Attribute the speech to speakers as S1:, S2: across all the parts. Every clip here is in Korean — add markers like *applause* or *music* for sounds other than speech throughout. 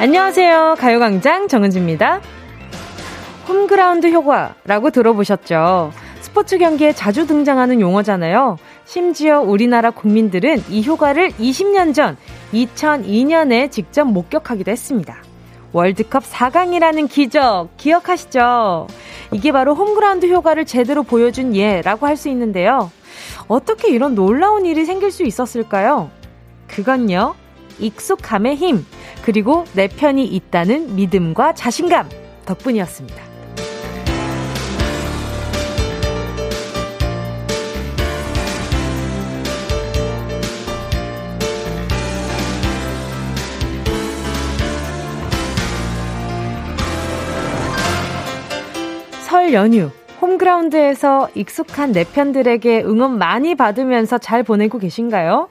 S1: 안녕하세요. 가요광장 정은지입니다. 홈그라운드 효과라고 들어보셨죠? 스포츠 경기에 자주 등장하는 용어잖아요. 심지어 우리나라 국민들은 이 효과를 20년 전, 2002년에 직접 목격하기도 했습니다. 월드컵 4강이라는 기적, 기억하시죠? 이게 바로 홈그라운드 효과를 제대로 보여준 예라고 할 수 있는데요. 어떻게 이런 놀라운 일이 생길 수 있었을까요? 그건요, 익숙함의 힘, 그리고 내 편이 있다는 믿음과 자신감 덕분이었습니다. 설 연휴 홈그라운드에서 익숙한 내 편들에게 응원 많이 받으면서 잘 보내고 계신가요?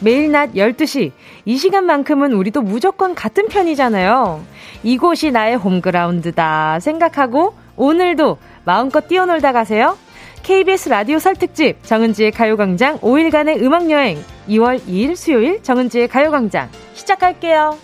S1: 매일 낮 12시 이 시간만큼은 우리도 무조건 같은 편이잖아요. 이곳이 나의 홈그라운드다 생각하고 오늘도 마음껏 뛰어놀다 가세요. KBS 라디오 설 특집 정은지의 가요광장 5일간의 음악여행 2월 2일 수요일 정은지의 가요광장 시작할게요.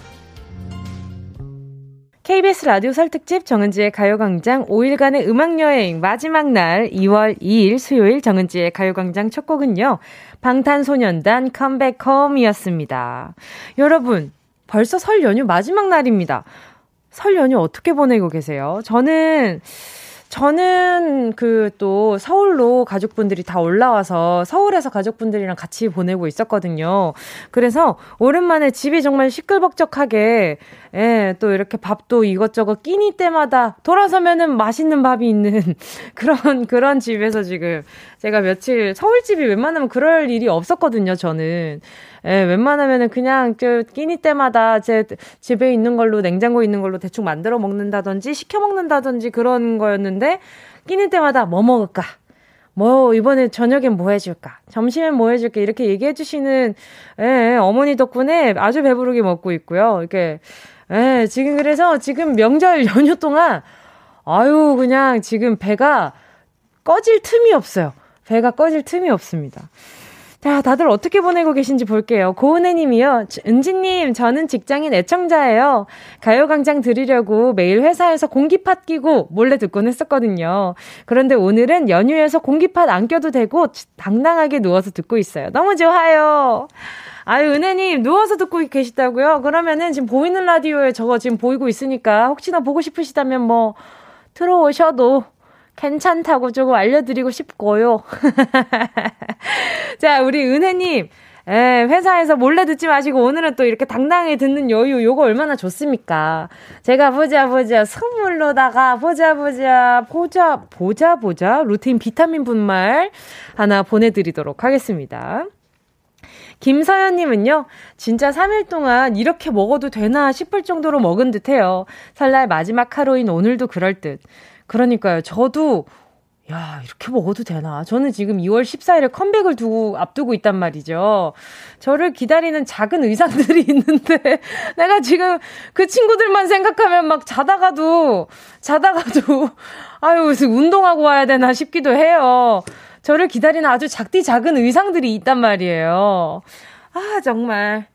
S1: KBS 라디오 설특집 정은지의 가요광장 5일간의 음악여행 마지막 날 2월 2일 수요일 정은지의 가요광장 첫 곡은요. 방탄소년단 컴백홈이었습니다. 여러분, 벌써 설 연휴 마지막 날입니다. 설 연휴 어떻게 보내고 계세요? 저는, 저는 그 또 서울로 가족분들이 다 올라와서 서울에서 가족분들이랑 같이 보내고 있었거든요. 그래서 오랜만에 집이 정말 시끌벅적하게 예, 또 이렇게 밥도 이것저것 끼니 때마다 돌아서면은 맛있는 밥이 있는 *laughs* 그런 그런 집에서 지금 제가 며칠 서울집이 웬만하면 그럴 일이 없었거든요, 저는. 예, 웬만하면은 그냥 저 끼니 때마다 제 집에 있는 걸로 냉장고에 있는 걸로 대충 만들어 먹는다든지 시켜 먹는다든지 그런 거였는데 끼니 때마다 뭐 먹을까? 뭐 이번에 저녁엔 뭐 해줄까 점심엔 뭐 해줄까 이렇게 얘기해 주시는 예, 어머니 덕분에 아주 배부르게 먹고 있고요 이렇게 예, 지금 그래서 지금 명절 *laughs* 연휴 동안 아유 그냥 지금 배가 꺼질 틈이 없어요 배가 꺼질 틈이 없습니다 자, 다들 어떻게 보내고 계신지 볼게요. 고은혜님이요. 은지님, 저는 직장인 애청자예요. 가요광장 들으려고 매일 회사에서 공기팟 끼고 몰래 듣곤 했었거든요. 그런데 오늘은 연휴에서 공기팟 안 껴도 되고 당당하게 누워서 듣고 있어요. 너무 좋아요. 아유, 은혜님, 누워서 듣고 계시다고요? 그러면은 지금 보이는 라디오에 저거 지금 보이고 있으니까 혹시나 보고 싶으시다면 뭐, 들어오셔도 괜찮다고 조금 알려드리고 싶고요. *laughs* 자, 우리 은혜님. 예, 회사에서 몰래 듣지 마시고 오늘은 또 이렇게 당당히 듣는 여유 요거 얼마나 좋습니까? 제가 보자 보자 선물로다가 보자 보자 보자 보자 보자 루틴 비타민 분말 하나 보내드리도록 하겠습니다. 김서연님은요, 진짜 3일 동안 이렇게 먹어도 되나 싶을 정도로 먹은 듯 해요. 설날 마지막 하루인 오늘도 그럴 듯. 그러니까요. 저도 야, 이렇게 먹어도 되나? 저는 지금 2월 14일에 컴백을 두고 앞두고 있단 말이죠. 저를 기다리는 작은 의상들이 *laughs* 있는데 내가 지금 그 친구들만 생각하면 막 자다가도 자다가도 아유, 무슨 운동하고 와야 되나 싶기도 해요. 저를 기다리는 아주 작디 작은 의상들이 있단 말이에요. 아, 정말.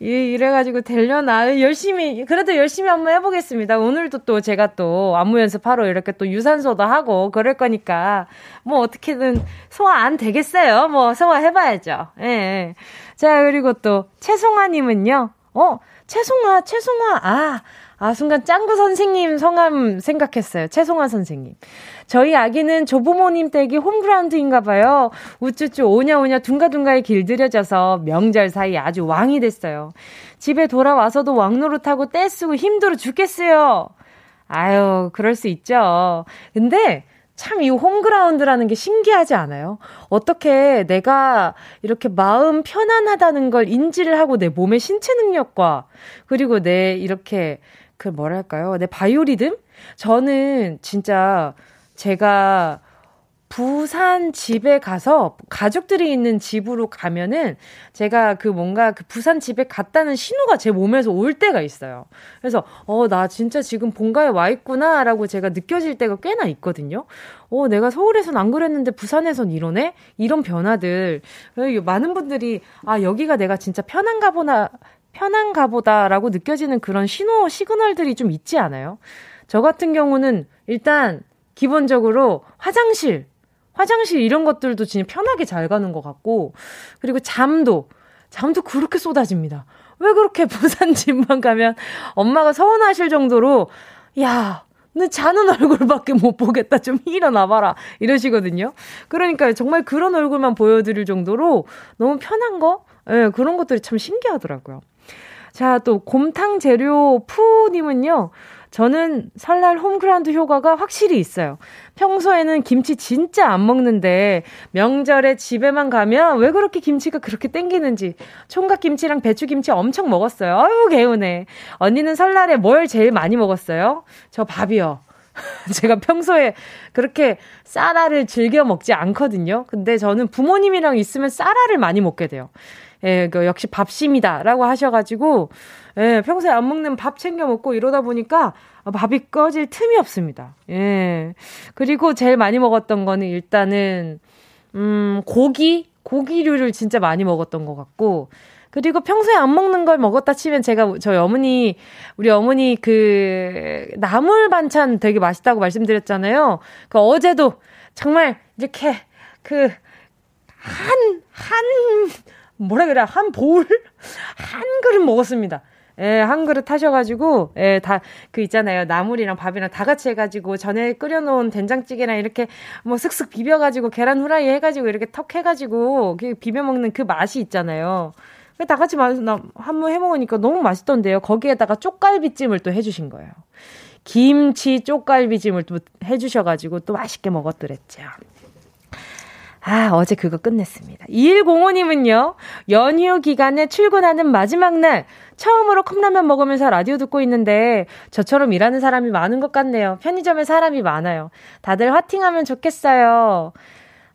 S1: 예, 이래가지고 되려나. 열심히, 그래도 열심히 한번 해보겠습니다. 오늘도 또 제가 또 안무 연습하러 이렇게 또 유산소도 하고 그럴 거니까, 뭐 어떻게든 소화 안 되겠어요. 뭐 소화해봐야죠. 예. 자, 그리고 또 최송아님은요. 어, 최송아, 최송아, 아. 아, 순간 짱구 선생님 성함 생각했어요. 최송아 선생님. 저희 아기는 조부모님 댁이 홈그라운드인가 봐요. 우쭈쭈 오냐오냐 둥가둥가에 길들여져서 명절 사이 아주 왕이 됐어요. 집에 돌아와서도 왕노릇하고 떼쓰고 힘들어 죽겠어요. 아유, 그럴 수 있죠. 근데 참 이 홈그라운드라는 게 신기하지 않아요? 어떻게 내가 이렇게 마음 편안하다는 걸 인지를 하고 내 몸의 신체 능력과 그리고 내 이렇게 그 뭐랄까요? 내 바이오리듬? 저는 진짜 제가 부산 집에 가서 가족들이 있는 집으로 가면은 제가 그 뭔가 그 부산 집에 갔다는 신호가 제 몸에서 올 때가 있어요. 그래서 어, 나 진짜 지금 본가에 와 있구나라고 제가 느껴질 때가 꽤나 있거든요. 어, 내가 서울에선 안 그랬는데 부산에선 이러네? 어, 이런 변화들. 많은 분들이 아, 여기가 내가 진짜 편한가 보나 편한가 보다라고 느껴지는 그런 신호, 시그널들이 좀 있지 않아요? 저 같은 경우는 일단 기본적으로 화장실, 화장실 이런 것들도 진짜 편하게 잘 가는 것 같고, 그리고 잠도, 잠도 그렇게 쏟아집니다. 왜 그렇게 *laughs* 부산 집만 가면 엄마가 서운하실 정도로, 야, 너 자는 얼굴밖에 못 보겠다. 좀 일어나봐라. 이러시거든요. 그러니까 정말 그런 얼굴만 보여드릴 정도로 너무 편한 거? 예, 그런 것들이 참 신기하더라고요. 자, 또 곰탕 재료 푸님은요. 저는 설날 홈그라운드 효과가 확실히 있어요. 평소에는 김치 진짜 안 먹는데 명절에 집에만 가면 왜 그렇게 김치가 그렇게 땡기는지 총각김치랑 배추김치 엄청 먹었어요. 아유 개운해. 언니는 설날에 뭘 제일 많이 먹었어요? 저 밥이요. *laughs* 제가 평소에 그렇게 쌀알을 즐겨 먹지 않거든요. 근데 저는 부모님이랑 있으면 쌀알을 많이 먹게 돼요. 예, 그 역시 밥심이다라고 하셔가지고 예, 평소에 안 먹는 밥 챙겨 먹고 이러다 보니까 밥이 꺼질 틈이 없습니다. 예. 그리고 제일 많이 먹었던 거는 일단은 음 고기 고기류를 진짜 많이 먹었던 것 같고 그리고 평소에 안 먹는 걸 먹었다 치면 제가 저희 어머니 우리 어머니 그 나물 반찬 되게 맛있다고 말씀드렸잖아요. 그 어제도 정말 이렇게 그 한, 한, 뭐라 그래, 한 보울? *laughs* 한 그릇 먹었습니다. 예, 한 그릇 하셔가지고, 예, 다, 그 있잖아요. 나물이랑 밥이랑 다 같이 해가지고, 전에 끓여놓은 된장찌개랑 이렇게 뭐 슥슥 비벼가지고, 계란 후라이 해가지고, 이렇게 턱 해가지고, 그 비벼먹는 그 맛이 있잖아요. 그 다 같이 한번 해먹으니까 너무 맛있던데요. 거기에다가 쪽갈비찜을 또 해주신 거예요. 김치 쪽갈비찜을 또 해주셔가지고, 또 맛있게 먹었더랬죠. 아, 어제 그거 끝냈습니다. 2105님은요, 연휴 기간에 출근하는 마지막 날, 처음으로 컵라면 먹으면서 라디오 듣고 있는데, 저처럼 일하는 사람이 많은 것 같네요. 편의점에 사람이 많아요. 다들 화팅하면 좋겠어요.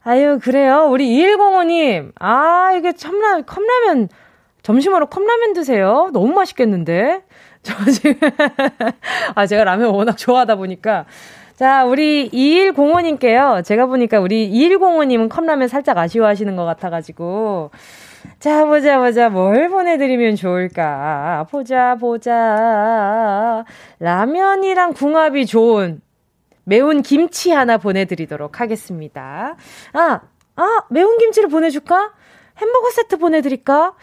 S1: 아유, 그래요. 우리 2105님, 아, 이게 참라, 컵라면, 점심으로 컵라면 드세요. 너무 맛있겠는데? *laughs* 저 지금, 아, 제가 라면 워낙 좋아하다 보니까, 자, 우리 2105님께요. 제가 보니까 우리 2105님은 컵라면 살짝 아쉬워하시는 것 같아가지고. 자, 보자, 보자. 뭘 보내드리면 좋을까. 보자, 보자. 라면이랑 궁합이 좋은 매운 김치 하나 보내드리도록 하겠습니다. 아, 아, 매운 김치를 보내줄까? 햄버거 세트 보내드릴까?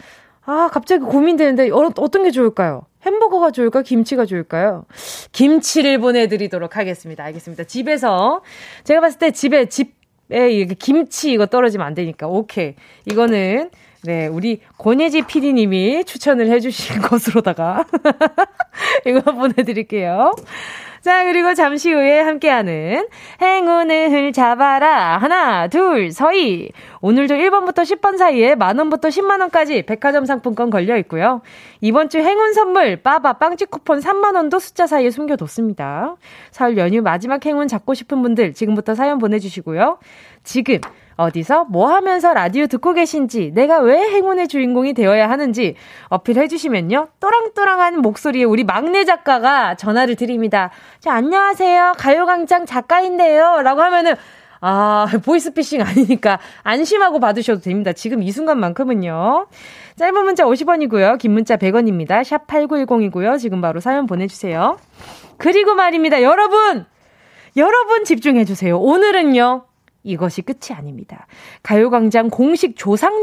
S1: 아, 갑자기 고민되는데, 어, 어떤 게 좋을까요? 햄버거가 좋을까? 김치가 좋을까요? 김치를 보내드리도록 하겠습니다. 알겠습니다. 집에서. 제가 봤을 때 집에, 집에 이게 김치 이거 떨어지면 안 되니까. 오케이. 이거는, 네, 우리 권예지 PD님이 추천을 해주신 *laughs* 것으로다가. *laughs* 이거 보내드릴게요. 자, 그리고 잠시 후에 함께하는 행운을 잡아라. 하나, 둘, 서희. 오늘도 1번부터 10번 사이에 만원부터 10만원까지 백화점 상품권 걸려 있고요. 이번 주 행운 선물, 빠바 빵집 쿠폰 3만원도 숫자 사이에 숨겨뒀습니다. 설 연휴 마지막 행운 잡고 싶은 분들 지금부터 사연 보내주시고요. 지금. 어디서 뭐 하면서 라디오 듣고 계신지, 내가 왜 행운의 주인공이 되어야 하는지 어필해 주시면요. 또랑또랑한 목소리에 우리 막내 작가가 전화를 드립니다. 자, 안녕하세요. 가요광장 작가인데요. 라고 하면은, 아, 보이스피싱 아니니까 안심하고 받으셔도 됩니다. 지금 이 순간만큼은요. 짧은 문자 50원이고요. 긴 문자 100원입니다. 샵 8910이고요. 지금 바로 사연 보내주세요. 그리고 말입니다. 여러분! 여러분 집중해주세요. 오늘은요. 이것이 끝이 아닙니다. 가요광장 공식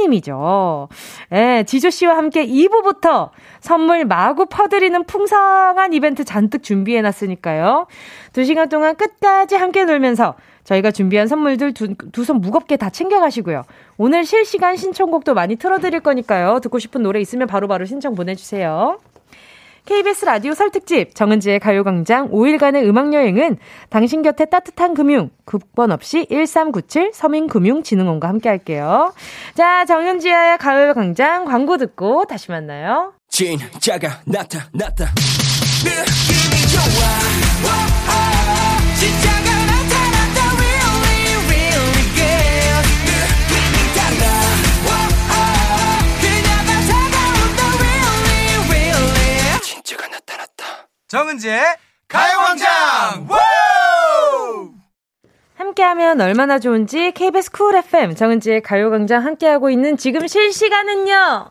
S1: 조상님이죠. 예, 지조씨와 함께 2부부터 선물 마구 퍼드리는 풍성한 이벤트 잔뜩 준비해놨으니까요. 2시간 동안 끝까지 함께 놀면서 저희가 준비한 선물들 두 손 무겁게 다 챙겨가시고요. 오늘 실시간 신청곡도 많이 틀어드릴 거니까요. 듣고 싶은 노래 있으면 바로바로 바로 신청 보내주세요. KBS 라디오 설특집 정은지의 가요광장 5일간의 음악여행은 당신 곁에 따뜻한 금융 급번 없이 1397 서민금융진흥원과 함께할게요. 자 정은지의 가요광장 광고 듣고 다시 만나요.
S2: 진짜가 나타났다 느낌이 좋아 워어. 진짜가 나타났다 really really good 느낌이 달라 워어. 그녀가 다가온다 really really 진짜가 나타났다.
S3: 정은지의 가요광장
S1: 함께하면 얼마나 좋은지 KBS 쿨 FM 정은지의 가요광장 함께하고 있는 지금 실시간은요.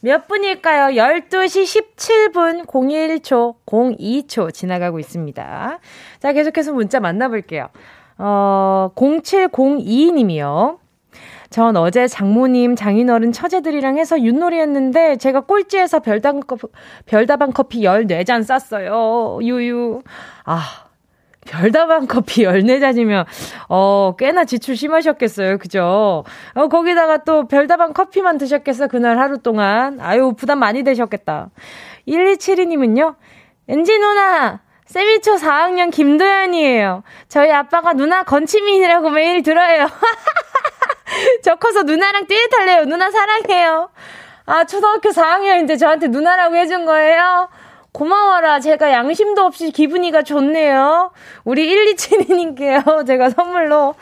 S1: 몇 분일까요? 12시 17분 01초, 02초 지나가고 있습니다. 자, 계속해서 문자 만나볼게요. 어, 0702님이요. 전 어제 장모님, 장인어른, 처제들이랑 해서 윷놀이 했는데 제가 꼴찌해서 별다방 커피, 별다방 커피 14잔 쌌어요. 유유. 아, 별다방 커피 14잔이면, 어, 꽤나 지출 심하셨겠어요. 그죠? 어, 거기다가 또 별다방 커피만 드셨겠어. 그날 하루 동안. 아유, 부담 많이 되셨겠다. 1272님은요, 엔지 누나! 세미초 4학년 김도연이에요. 저희 아빠가 누나 건치민이라고 매일 들어요. *laughs* 저 커서 누나랑 듀엣할래요. 누나 사랑해요. 아, 초등학교 4학년인데 저한테 누나라고 해준 거예요? 고마워라. 제가 양심도 없이 기분이가 좋네요. 우리 1272님께요. 제가 선물로.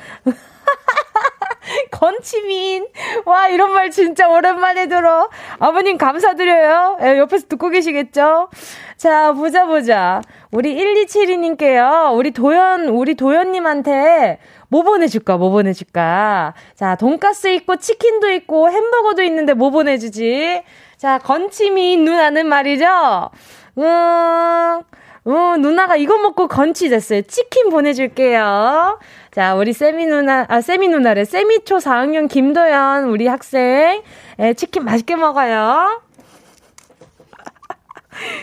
S1: *laughs* 건치민. 와, 이런 말 진짜 오랜만에 들어. 아버님 감사드려요. 예, 옆에서 듣고 계시겠죠? 자, 보자, 보자. 우리 1272님께요. 우리 도연, 우리 도연님한테 뭐 보내줄까, 뭐 보내줄까. 자, 돈가스 있고, 치킨도 있고, 햄버거도 있는데 뭐 보내주지? 자, 건치민 누나는 말이죠. 음, 어, 누나가 이거 먹고 건치 됐어요. 치킨 보내줄게요. 자, 우리 세미 누나, 아, 세미 누나래. 세미초 4학년 김도연, 우리 학생. 예, 치킨 맛있게 먹어요.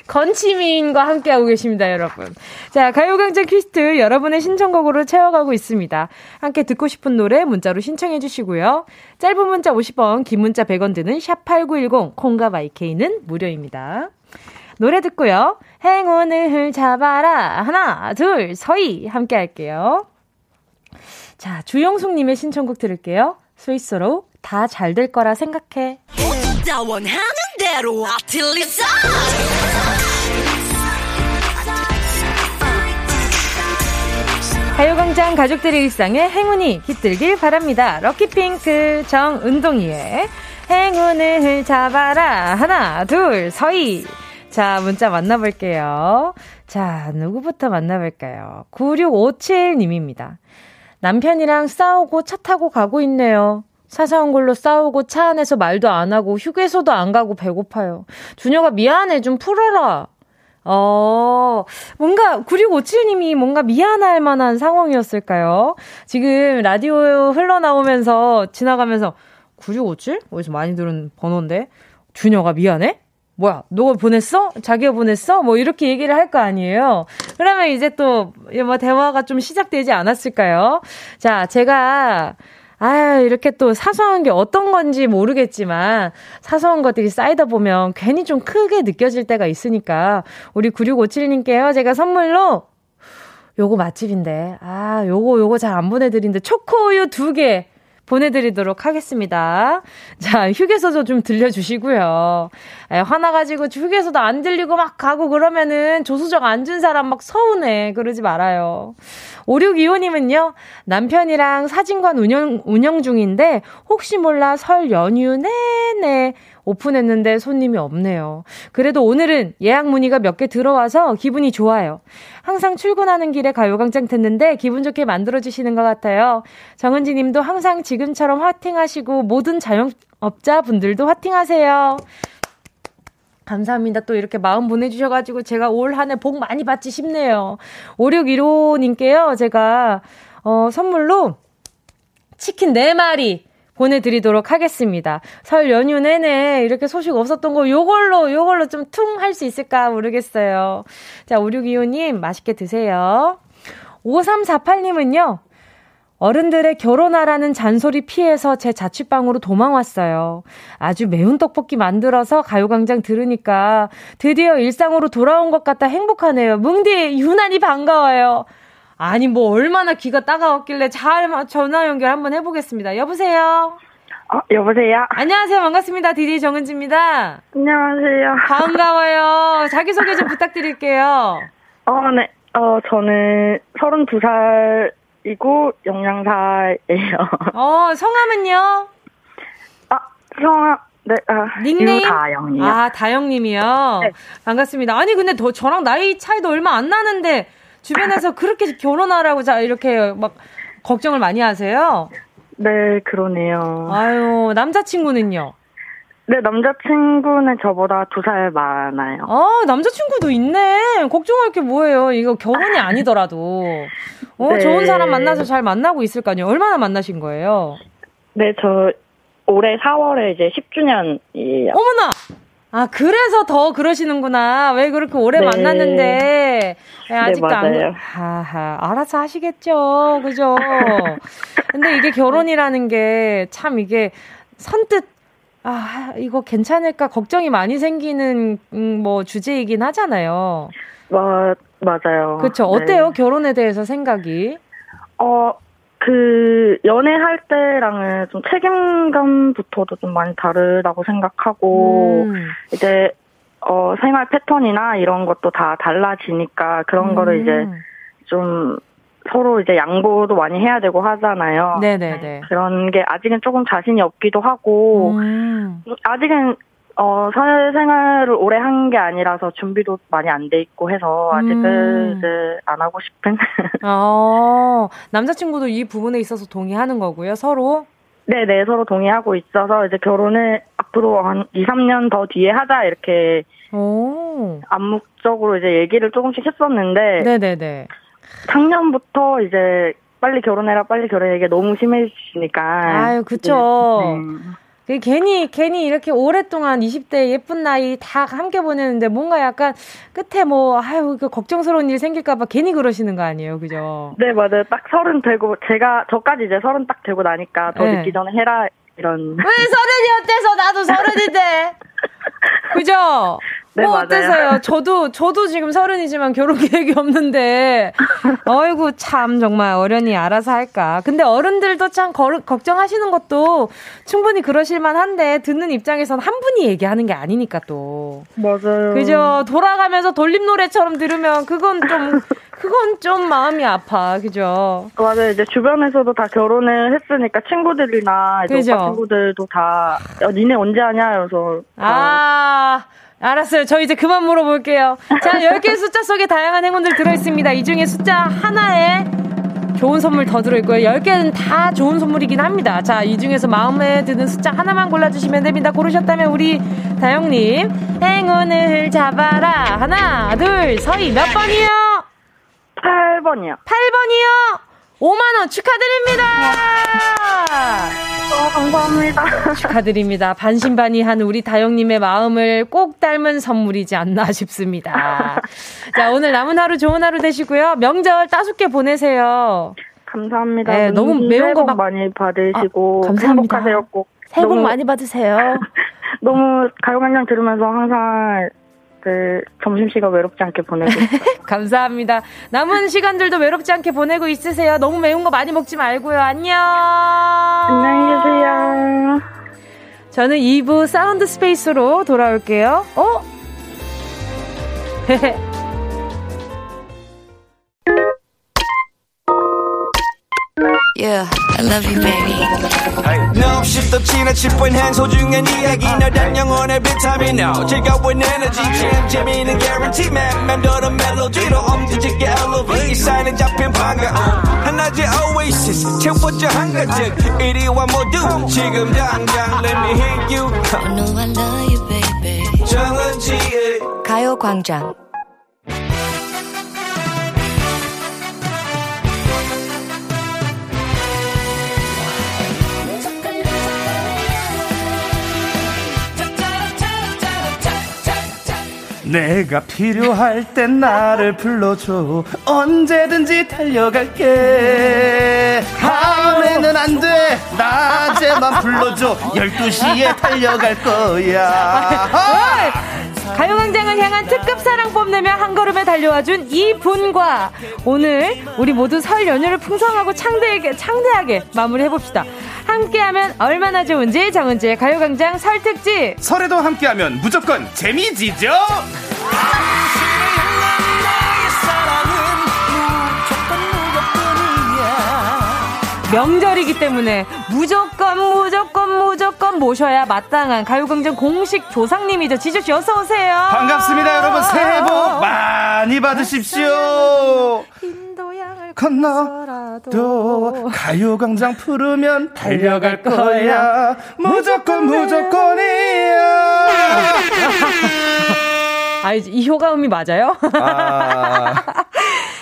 S1: 건치미인과 함께하고 계십니다, 여러분. 자, 가요광장 퀴스트 여러분의 신청곡으로 채워가고 있습니다. 함께 듣고 싶은 노래 문자로 신청해 주시고요. 짧은 문자 50원, 긴 문자 100원 드는 샵8910, 콩과 마이케이는 무료입니다. 노래 듣고요. 행운을 잡아라. 하나, 둘, 서희. 함께 할게요. 자, 주영숙님의 신청곡 들을게요. 스위스로 다 잘 될 거라 생각해.
S4: 모두 다 원하는 대로 아틀리사
S1: 가요광장 가족들의 일상에 행운이 깃들길 바랍니다. 럭키핑크 정은동이의 행운을 잡아라. 하나, 둘, 서희. 자, 문자 만나볼게요. 자, 누구부터 만나볼까요? 9657님입니다. 남편이랑 싸우고 차 타고 가고 있네요. 사사한 걸로 싸우고 차 안에서 말도 안 하고 휴게소도 안 가고 배고파요. 준혁아 미안해 좀 풀어라. 어, 뭔가 9657님이 뭔가 미안할 만한 상황이었을까요? 지금 라디오 흘러나오면서 지나가면서 9657? 어디서 많이 들은 번호인데 준혁아 미안해? 뭐야, 너가 보냈어? 자기가 보냈어? 뭐 이렇게 얘기를 할 거 아니에요. 그러면 이제 또 뭐 대화가 좀 시작되지 않았을까요? 자, 제가 아, 이렇게 또 사소한 게 어떤 건지 모르겠지만 사소한 것들이 쌓이다 보면 괜히 좀 크게 느껴질 때가 있으니까 우리 9657님께요. 제가 선물로 요거 맛집인데 아, 요거 요거 잘 안 보내 드리는데 초코우유 두개 보내드리도록 하겠습니다. 자, 휴게소도 좀 들려주시고요. 에, 화나가지고 휴게소도 안 들리고 막 가고 그러면은 조수정 안 준 사람 막 서운해. 그러지 말아요. 5625님은요, 남편이랑 사진관 운영, 운영 중인데, 혹시 몰라 설 연휴 내내 오픈했는데 손님이 없네요. 그래도 오늘은 예약 문의가 몇 개 들어와서 기분이 좋아요. 항상 출근하는 길에 가요광장 듣는데 기분 좋게 만들어주시는 것 같아요. 정은지 님도 항상 지금처럼 화팅하시고 모든 자영업자분들도 화팅하세요. 감사합니다. 또 이렇게 마음 보내주셔가지고 제가 올 한 해 복 많이 받지 싶네요. 5615님께요. 제가, 어, 선물로 치킨 4마리 보내드리도록 하겠습니다. 설 연휴 내내 이렇게 소식 없었던 거 요걸로, 요걸로 좀 퉁 할 수 있을까 모르겠어요. 자, 5625님, 맛있게 드세요. 5348님은요, 어른들의 결혼하라는 잔소리 피해서 제 자취방으로 도망왔어요. 아주 매운 떡볶이 만들어서 가요광장 들으니까 드디어 일상으로 돌아온 것 같다 행복하네요. 뭉디, 유난히 반가워요. 아니, 뭐, 얼마나 귀가 따가웠길래 잘 마- 전화 연결 한번 해보겠습니다. 여보세요?
S5: 어, 여보세요?
S1: 안녕하세요. 반갑습니다. DJ 정은지입니다.
S5: 안녕하세요.
S1: 반가워요. 자기소개 좀 부탁드릴게요.
S5: 어, 네. 어, 저는 32살이고, 영양사예요.
S1: 어, 성함은요?
S5: 아, 성함, 네, 아,
S1: 닉네임?
S5: 유다영이요.
S1: 아, 다영님이요.
S5: 네.
S1: 반갑습니다. 아니, 근데 더, 저랑 나이 차이도 얼마 안 나는데, 주변에서 그렇게 결혼하라고 자, 이렇게 막, 걱정을 많이 하세요? 아.
S5: 네, 그러네요.
S1: 아유, 남자친구는요?
S5: 네, 남자친구는 저보다 두 살 많아요.
S1: 아, 남자친구도 있네. 걱정할 게 뭐예요. 이거 결혼이 아니더라도. 어,
S5: 네.
S1: 좋은 사람 만나서 잘 만나고 있을 거 아니에요. 얼마나 만나신 거예요?
S5: 네, 저 올해 4월에 이제 10주년이에요.
S1: 어머나! 아, 그래서 더 그러시는구나. 왜 그렇게 오래
S5: 네.
S1: 만났는데. 예, 아직도
S5: 맞아요.
S1: 안. 하하, 알아서 하시겠죠. 그죠? 근데 이게 결혼이라는 게 참 이게 선뜻, 아, 이거 괜찮을까 걱정이 많이 생기는, 음, 뭐, 주제이긴 하잖아요.
S5: 와, 맞아요.
S1: 그쵸.
S5: 네.
S1: 어때요? 결혼에 대해서 생각이.
S5: 어, 그 연애할 때랑은 좀 책임감부터도 좀 많이 다르다고 생각하고
S1: 음.
S5: 이제 어 생활 패턴이나 이런 것도 다 달라지니까 그런 거를 이제
S1: 음.
S5: 좀 서로 이제 양보도 많이 해야 되고 하잖아요.
S1: 네네네.
S5: 그런 게 아직은 조금 자신이 없기도 하고
S1: 음.
S5: 아직은 어 사회생활을 오래 한 게 아니라서 준비도 많이 안 돼 있고 해서 아직은
S1: 음.
S5: 이제 안 하고 싶은 *laughs*
S1: 어, 남자친구도 이 부분에 있어서 동의하는 거고요, 서로.
S5: 네네, 서로 동의하고 있어서 이제 결혼을 앞으로 한 2, 3년 더 뒤에 하자 이렇게
S1: 오.
S5: 암묵적으로 이제 얘기를 조금씩 했었는데
S1: 네네네.
S5: 작년부터 이제 빨리 결혼해라 빨리 결혼해 이게 너무 심해지니까
S1: 아유, 그쵸.
S5: 네.
S1: 그 괜히, 괜히 이렇게 오랫동안 20대 예쁜 나이 다 함께 보내는데 뭔가 약간 끝에 뭐, 아유, 그 걱정스러운 일 생길까봐 괜히 그러시는 거 아니에요, 그죠?
S5: 네, 맞아요. 딱 서른 되고 제가 저까지 이제 서른 딱 되고 나니까 더
S1: 네.
S5: 늦기 전에 해라 이런
S1: 왜 서른이 어때서 나도
S5: *laughs*
S1: 서른인데! 그죠?
S5: 네,
S1: 뭐
S5: 맞아요.
S1: 어때서요? 저도, 저도 지금 서른이지만 결혼 계획이 없는데, 어이구, 참, 정말 어련히 알아서 할까. 근데 어른들도 참 거르- 걱정하시는 것도 충분히 그러실만 한데, 듣는 입장에선 한 분이 얘기하는 게 아니니까 또.
S5: 맞아요.
S1: 그죠? 돌아가면서 돌림 노래처럼 들으면 그건 좀, 그건 좀 마음이 아파. 그죠?
S5: 맞아요. 이제 주변에서도 다 결혼을 했으니까 친구들이나 이제
S1: 그죠.
S5: 오빠 친구들도 다 야, 니네 언제 하냐 이러면서 다
S1: 아, 알았어요. 저 이제 그만 물어볼게요. 자, 10개의 숫자 속에 다양한 행운들 들어있습니다. 이 중에 숫자 하나에 좋은 선물 더 들어있고요. 10개는 다 좋은 선물이긴 합니다. 자, 이 중에서 마음에 드는 숫자 하나만 골라주시면 됩니다. 고르셨다면 우리 다영님, 행운을 잡아라. 하나, 둘, 서희 몇 번이요?
S5: 8번이요.
S1: 8번이요? 5만원 축하드립니다!
S5: 어, 감사합니다. *laughs*
S1: 축하드립니다. 반신반의한 우리 다영님의 마음을 꼭 닮은 선물이지 않나 *laughs* 싶습니다. 자, 오늘 남은 하루 좋은 하루 되시고요. 명절 따숩게 보내세요.
S5: 감사합니다.
S1: 네, 너무
S5: 누님
S1: 매운
S5: 새해
S1: 거
S5: 복
S1: 막-
S5: 많이 받으시고
S1: 아, 감사합니다.
S5: 행복하세요 꼭.
S1: 새해 복
S5: 너무,
S1: 많이 받으세요.
S5: 너무 가요광장 들으면서 항상 그 점심시간 외롭지 않게 보내고 있어요.
S1: *laughs* 감사합니다. 남은 시간들도 외롭지 않게 보내고 있으세요. 너무 매운 거 많이 먹지 말고요. 안녕.
S5: 안녕히 계세요.
S1: 저는 2부 사운드 스페이스로 돌아올게요. 어?
S4: Yeah, I love you, baby.
S3: No, she's the china chip when hands hold you and yagi. No, damn young on every time you know. Check out with energy, jam, Jimmy, and guarantee, man. Man, do the melody, the home, did you get elevated? Sign it up in panga. Hanaji oasis, check what your hunger check. It is one more do, chick em down, down, let me hit you.
S4: I know I love you, baby.
S3: Challenge it.
S4: 가요광장.
S6: 내가 필요할 땐 나를 불러줘 언제든지 달려갈게 밤에는 안돼 낮에만 불러줘 12시에 달려갈 거야
S1: 가요광장을 향한 특급 사랑 뽐내며 한 걸음에 달려와준 이 분과 오늘 우리 모두 설 연휴를 풍성하고 창대하게, 창대하게 마무리해봅시다. 함께하면 얼마나 좋은지 정은지의 가요광장 설 특집.
S6: 설에도 함께하면 무조건 재미지죠
S1: 명절이기 때문에 무조건 무조건 무조건 모셔야 마땅한 가요광장 공식 조상님이죠. 지조씨 어서오세요. 어.
S6: 반갑습니다 여러분 새해 복 많이 받으십시오
S1: 인도양을
S6: 건너
S1: 건너라.
S6: 또
S1: 가도
S6: 가요광장 풀으면 달려갈
S1: 달려갈
S6: 거야.
S1: 거야.
S6: 무조건 무조건이야. *laughs*
S1: 아 이제 이 효과음이 맞아요?
S6: 아,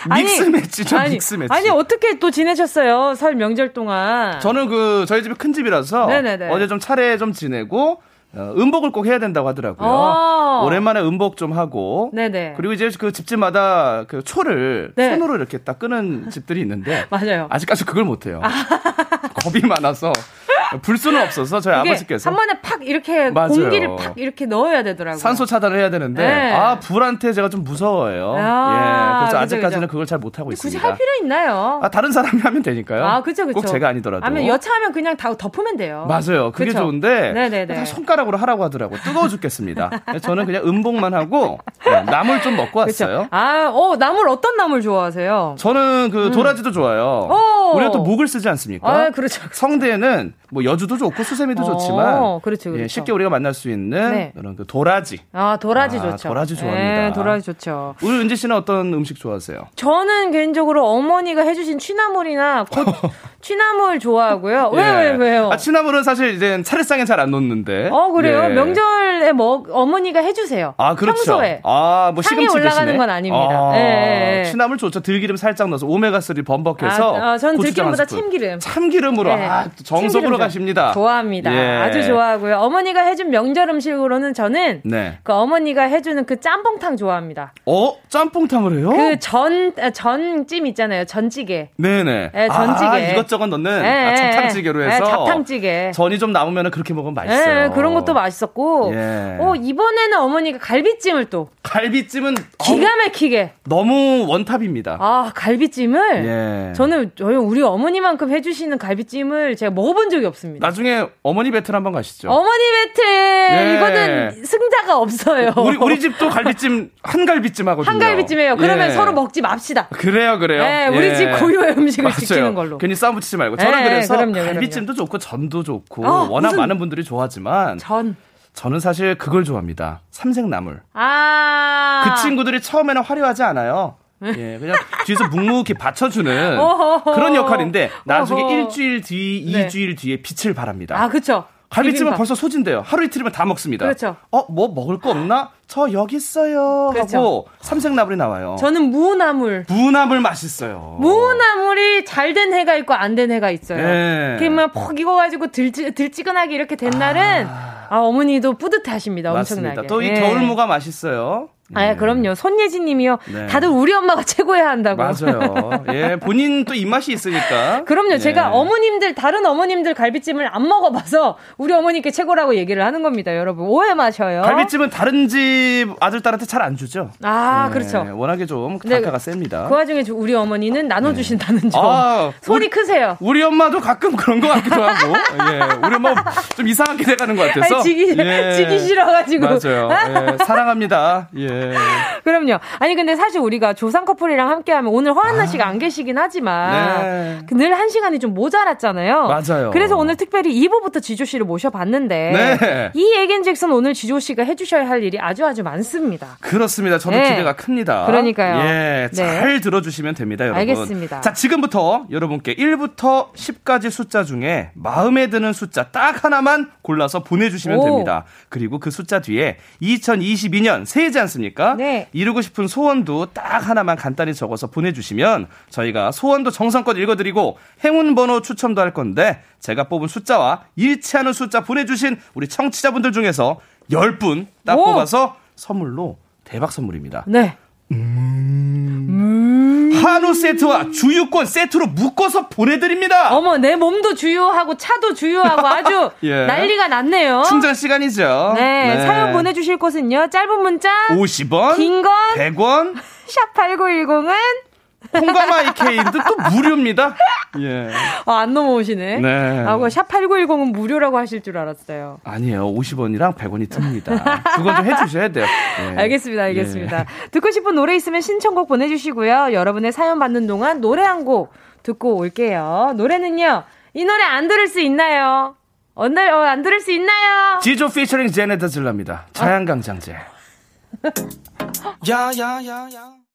S1: 아니,
S6: 믹스 매치죠,
S1: 아니,
S6: 믹스 매치.
S1: 아니 어떻게 또 지내셨어요? 설 명절 동안.
S6: 저는 그 저희 집이 큰 집이라서
S1: 네네네.
S6: 어제 좀 차례 좀 지내고 어, 음복을 꼭 해야 된다고 하더라고요.
S1: 어.
S6: 오랜만에 음복 좀 하고
S1: 네네.
S6: 그리고 이제 그 집집마다 그 초를
S1: 네.
S6: 손으로 이렇게 딱 끄는 집들이 있는데
S1: *laughs* 맞아요.
S6: 아직까지 그걸 못 해요. *laughs* 겁이 많아서 불 수는 없어서 저희
S1: 이게
S6: 아버지께서
S1: 한 번에 팍 이렇게
S6: 맞아요.
S1: 공기를 팍 이렇게 넣어야 되더라고요.
S6: 산소 차단을 해야 되는데
S1: 네.
S6: 아 불한테 제가 좀 무서워요.
S1: 아,
S6: 예, 그래서
S1: 그죠,
S6: 아직까지는
S1: 그죠.
S6: 그걸 잘 못 하고
S1: 굳이
S6: 있습니다.
S1: 할 필요 있나요?
S6: 아 다른 사람이 하면 되니까요.
S1: 아, 그쵸, 그쵸.
S6: 꼭 제가 아니더라도.
S1: 아니면 여차하면 그냥 다 덮으면 돼요.
S6: 맞아요. 그게
S1: 그쵸?
S6: 좋은데
S1: 네네네.
S6: 다 손가락으로 하라고 하더라고. 뜨거워 죽겠습니다. 그래서 저는 그냥 음복만 하고 네, 나물 좀 먹고
S1: 그쵸?
S6: 왔어요.
S1: 아, 어, 나물 어떤 나물 좋아하세요?
S6: 저는 그 도라지도 좋아요.
S1: 음. 오!
S6: 우리가 또 목을 쓰지 않습니까?
S1: 아, 그렇죠.
S6: 성대는 뭐 여주도 좋고 수세미도
S1: 어,
S6: 좋지만
S1: 그렇죠, 그렇죠.
S6: 예, 쉽게 우리가 만날 수 있는
S1: 네.
S6: 그런 그 도라지.
S1: 아, 도라지
S6: 아,
S1: 좋죠.
S6: 도라지 좋아합니다.
S1: 예, 도라지 좋죠.
S6: 우리 은지 씨는 어떤 음식 좋아하세요?
S1: 저는 개인적으로 어머니가 해주신 취나물이나
S6: *laughs*
S1: 곧 취나물 좋아하고요. 왜,
S6: 예.
S1: 왜, 왜요?
S6: 아, 취나물은 사실 이제 차례상에 잘 안 놓는데.
S1: 어, 그래요?
S6: 예.
S1: 명절에 먹, 어머니가 해주세요.
S6: 아, 그렇죠.
S1: 평소에.
S6: 아, 뭐
S1: 상에
S6: 시금치
S1: 올라가는
S6: 대신에?
S1: 건 아닙니다.
S6: 아,
S1: 예, 예.
S6: 취나물 좋죠. 들기름 살짝 넣어서 오메가3 번벅해서.
S1: 아, 아, 저는
S6: 고추장 한
S1: 들기름보다
S6: 스푼.
S1: 참기름.
S6: 참기름으로.
S1: 네.
S6: 아, 정석으로
S1: 참기름 좋아-
S6: 가십니다.
S1: 좋아합니다.
S6: 예.
S1: 아주 좋아하고요. 어머니가 해준 명절 음식으로는 저는
S6: 네.
S1: 그 어머니가 해주는 그 짬뽕탕 좋아합니다.
S6: 어? 짬뽕탕을 해요?
S1: 그 전 전찜 있잖아요. 전찌개.
S6: 네네.
S1: 예, 전찌개.
S6: 아, 이것저것 넣는
S1: 예,
S6: 아,
S1: 예,
S6: 잡탕찌개로
S1: 예,
S6: 해서.
S1: 잡탕찌개.
S6: 전이 좀 남으면 그렇게 먹으면 맛있어요.
S1: 예, 그런 것도 맛있었고.
S6: 예.
S1: 어, 이번에는 어머니가 갈비찜을 또
S6: 갈비찜은 어우,
S1: 기가 막히게.
S6: 너무 원탑입니다.
S1: 아, 갈비찜을
S6: 예.
S1: 저는 저희 우리 어머니만큼 해 주시는 갈비찜을 제가 먹어 본 적이 없습니다.
S6: 나중에 어머니 배틀 한번 가시죠.
S1: 어머니 배틀
S6: 예.
S1: 이거는 승자가 없어요.
S6: 우리, 우리 집도 갈비찜, 한갈비찜
S1: *laughs*
S6: 하거든요.
S1: 한갈비찜 해요. 그러면
S6: 예.
S1: 서로 먹지 맙시다.
S6: 그래요, 그래요.
S1: 예, 우리 집 고유의 음식을
S6: 맞아요.
S1: 지키는 걸로.
S6: 괜히 싸움 붙이지 말고. 저는
S1: 예,
S6: 그래서
S1: 그럼요, 그럼요.
S6: 갈비찜도 좋고 전도 좋고
S1: 어,
S6: 워낙
S1: 무슨-
S6: 많은 분들이 좋아하지만
S1: 전
S6: 저는 사실 그걸 좋아합니다. 삼색나물.
S1: 아. 네.
S6: 그 친구들이 처음에는 화려하지 않아요. 예, 그냥 뒤에서 묵묵히 받쳐주는
S1: 어허허.
S6: 그런 역할인데 나중에
S1: 어허.
S6: 일주일 뒤,
S1: 네.
S6: 이주일 뒤에 빛을 발합니다.
S1: 아, 그쵸.
S6: 갈비찜은
S1: 비빔밥.
S6: 벌써 소진돼요. 하루 이틀이면 다 먹습니다.
S1: 그렇죠.
S6: 어, 뭐 먹을 거 없나? 저 여기 있어요. 하고
S1: 그렇죠.
S6: 삼색나물이 나와요.
S1: 저는 무나물.
S6: 무나물 맛있어요.
S1: 무나물이 잘 된 해가 있고 안 된 해가 있어요.
S6: 예.
S1: 그게 뭐 막퍽 익어가지고 들, 들찌근하게 이렇게 된 날은 아, 어머니도 뿌듯해 하십니다.
S6: 맞습니다.
S1: 엄청나게.
S6: 또 이
S1: 예. *laughs*
S6: 겨울무가 맛있어요.
S1: 아, 그럼요. 손예진 님이요.
S6: 네.
S1: 다들 우리 엄마가 최고야 한다고.
S6: 맞아요. 예, 본인 또 입맛이 있으니까.
S1: 그럼요.
S6: 예.
S1: 제가 어머님들, 다른 어머님들 갈비찜을 안 먹어봐서 우리 어머니께 최고라고 얘기를 하는 겁니다. 여러분. 오해 마셔요.
S6: 갈비찜은 다른 집 아들딸한테 잘 안 주죠.
S1: 아,
S6: 예,
S1: 그렇죠.
S6: 워낙에 좀
S1: 근데
S6: 단가가 셉니다.
S1: 그 와중에 저- 우리 어머니는 나눠주신다는 점.
S6: 아,
S1: 손이
S6: 우리-
S1: 크세요.
S6: 우리 엄마도 가끔 그런 것 같기도 하고, 예, 우리 엄마 좀 이상하게 돼가는 것 같아서. 예.
S1: 아니, 지기- 지기 싫어가지고.
S6: 맞아요. 예, 사랑합니다. 예.
S1: 그럼요. 아니 근데 사실 우리가 조상 커플이랑 함께하면 오늘 허한나 씨가 안 계시긴
S6: 아. 네.
S1: 하지만 그 늘 한 시간이 좀 모자랐잖아요.
S6: 맞아요.
S1: 그래서 오늘 특별히 2부부터 지조 씨를 모셔봤는데
S6: 네.
S1: 이 얘기인즉슨 오늘 지조 씨가 해주셔야 할 일이 아주 아주 많습니다.
S6: 그렇습니다. 저는
S1: 네.
S6: 기대가 큽니다.
S1: 그러니까요.
S6: 예,
S1: 네.
S6: 잘 들어주시면 됩니다, 여러분.
S1: 알겠습니다.
S6: 자, 지금부터 여러분께 1부터 10까지 숫자 중에 마음에 드는 숫자 딱 하나만 골라서 보내주시면
S1: 오.
S6: 됩니다. 그리고 그 숫자 뒤에 2022년 새해지 않습니까?
S1: 네.
S6: 이루고 싶은 소원도 딱 하나만 간단히 적어서 보내주시면 저희가 소원도 정성껏 읽어드리고 행운 번호 추첨도 할 건데 제가 뽑은 숫자와 일치하는 숫자 보내주신 우리 청취자분들 중에서 10분 딱
S1: 오.
S6: 뽑아서 선물로 대박 선물입니다.
S1: 네.
S6: 한우 세트와 주유권 세트로 묶어서 보내드립니다.
S1: 어머 내 몸도 주유하고 차도 주유하고 아주
S6: *laughs* 예.
S1: 난리가 났네요.
S6: 충전 시간이죠.
S1: 네, 사연 보내주실 곳은요. 짧은 문자
S6: 50원,
S1: 긴 건?
S6: 100원,
S1: 샵 #8910은
S6: 콩가마이케인도 또 무료입니다. 예.
S1: 안 넘어오시네.
S6: 네.
S1: 아, 그샵 8910은 무료라고 하실 줄 알았어요.
S6: 아니에요. 50원이랑 100원이 듭니다. 그건 좀 해주셔야 돼요. 예.
S1: 알겠습니다, 알겠습니다. 듣고 싶은 노래 있으면 신청곡 보내주시고요. 여러분의 사연 받는 동안 노래 한 곡 듣고 올게요. 노래는요, 이 노래 안 들을 수 있나요? 오늘 어, 안 들을 수 있나요?
S6: 지조 피처링 제네다 질라입니다. 자양강장제. 야야야야.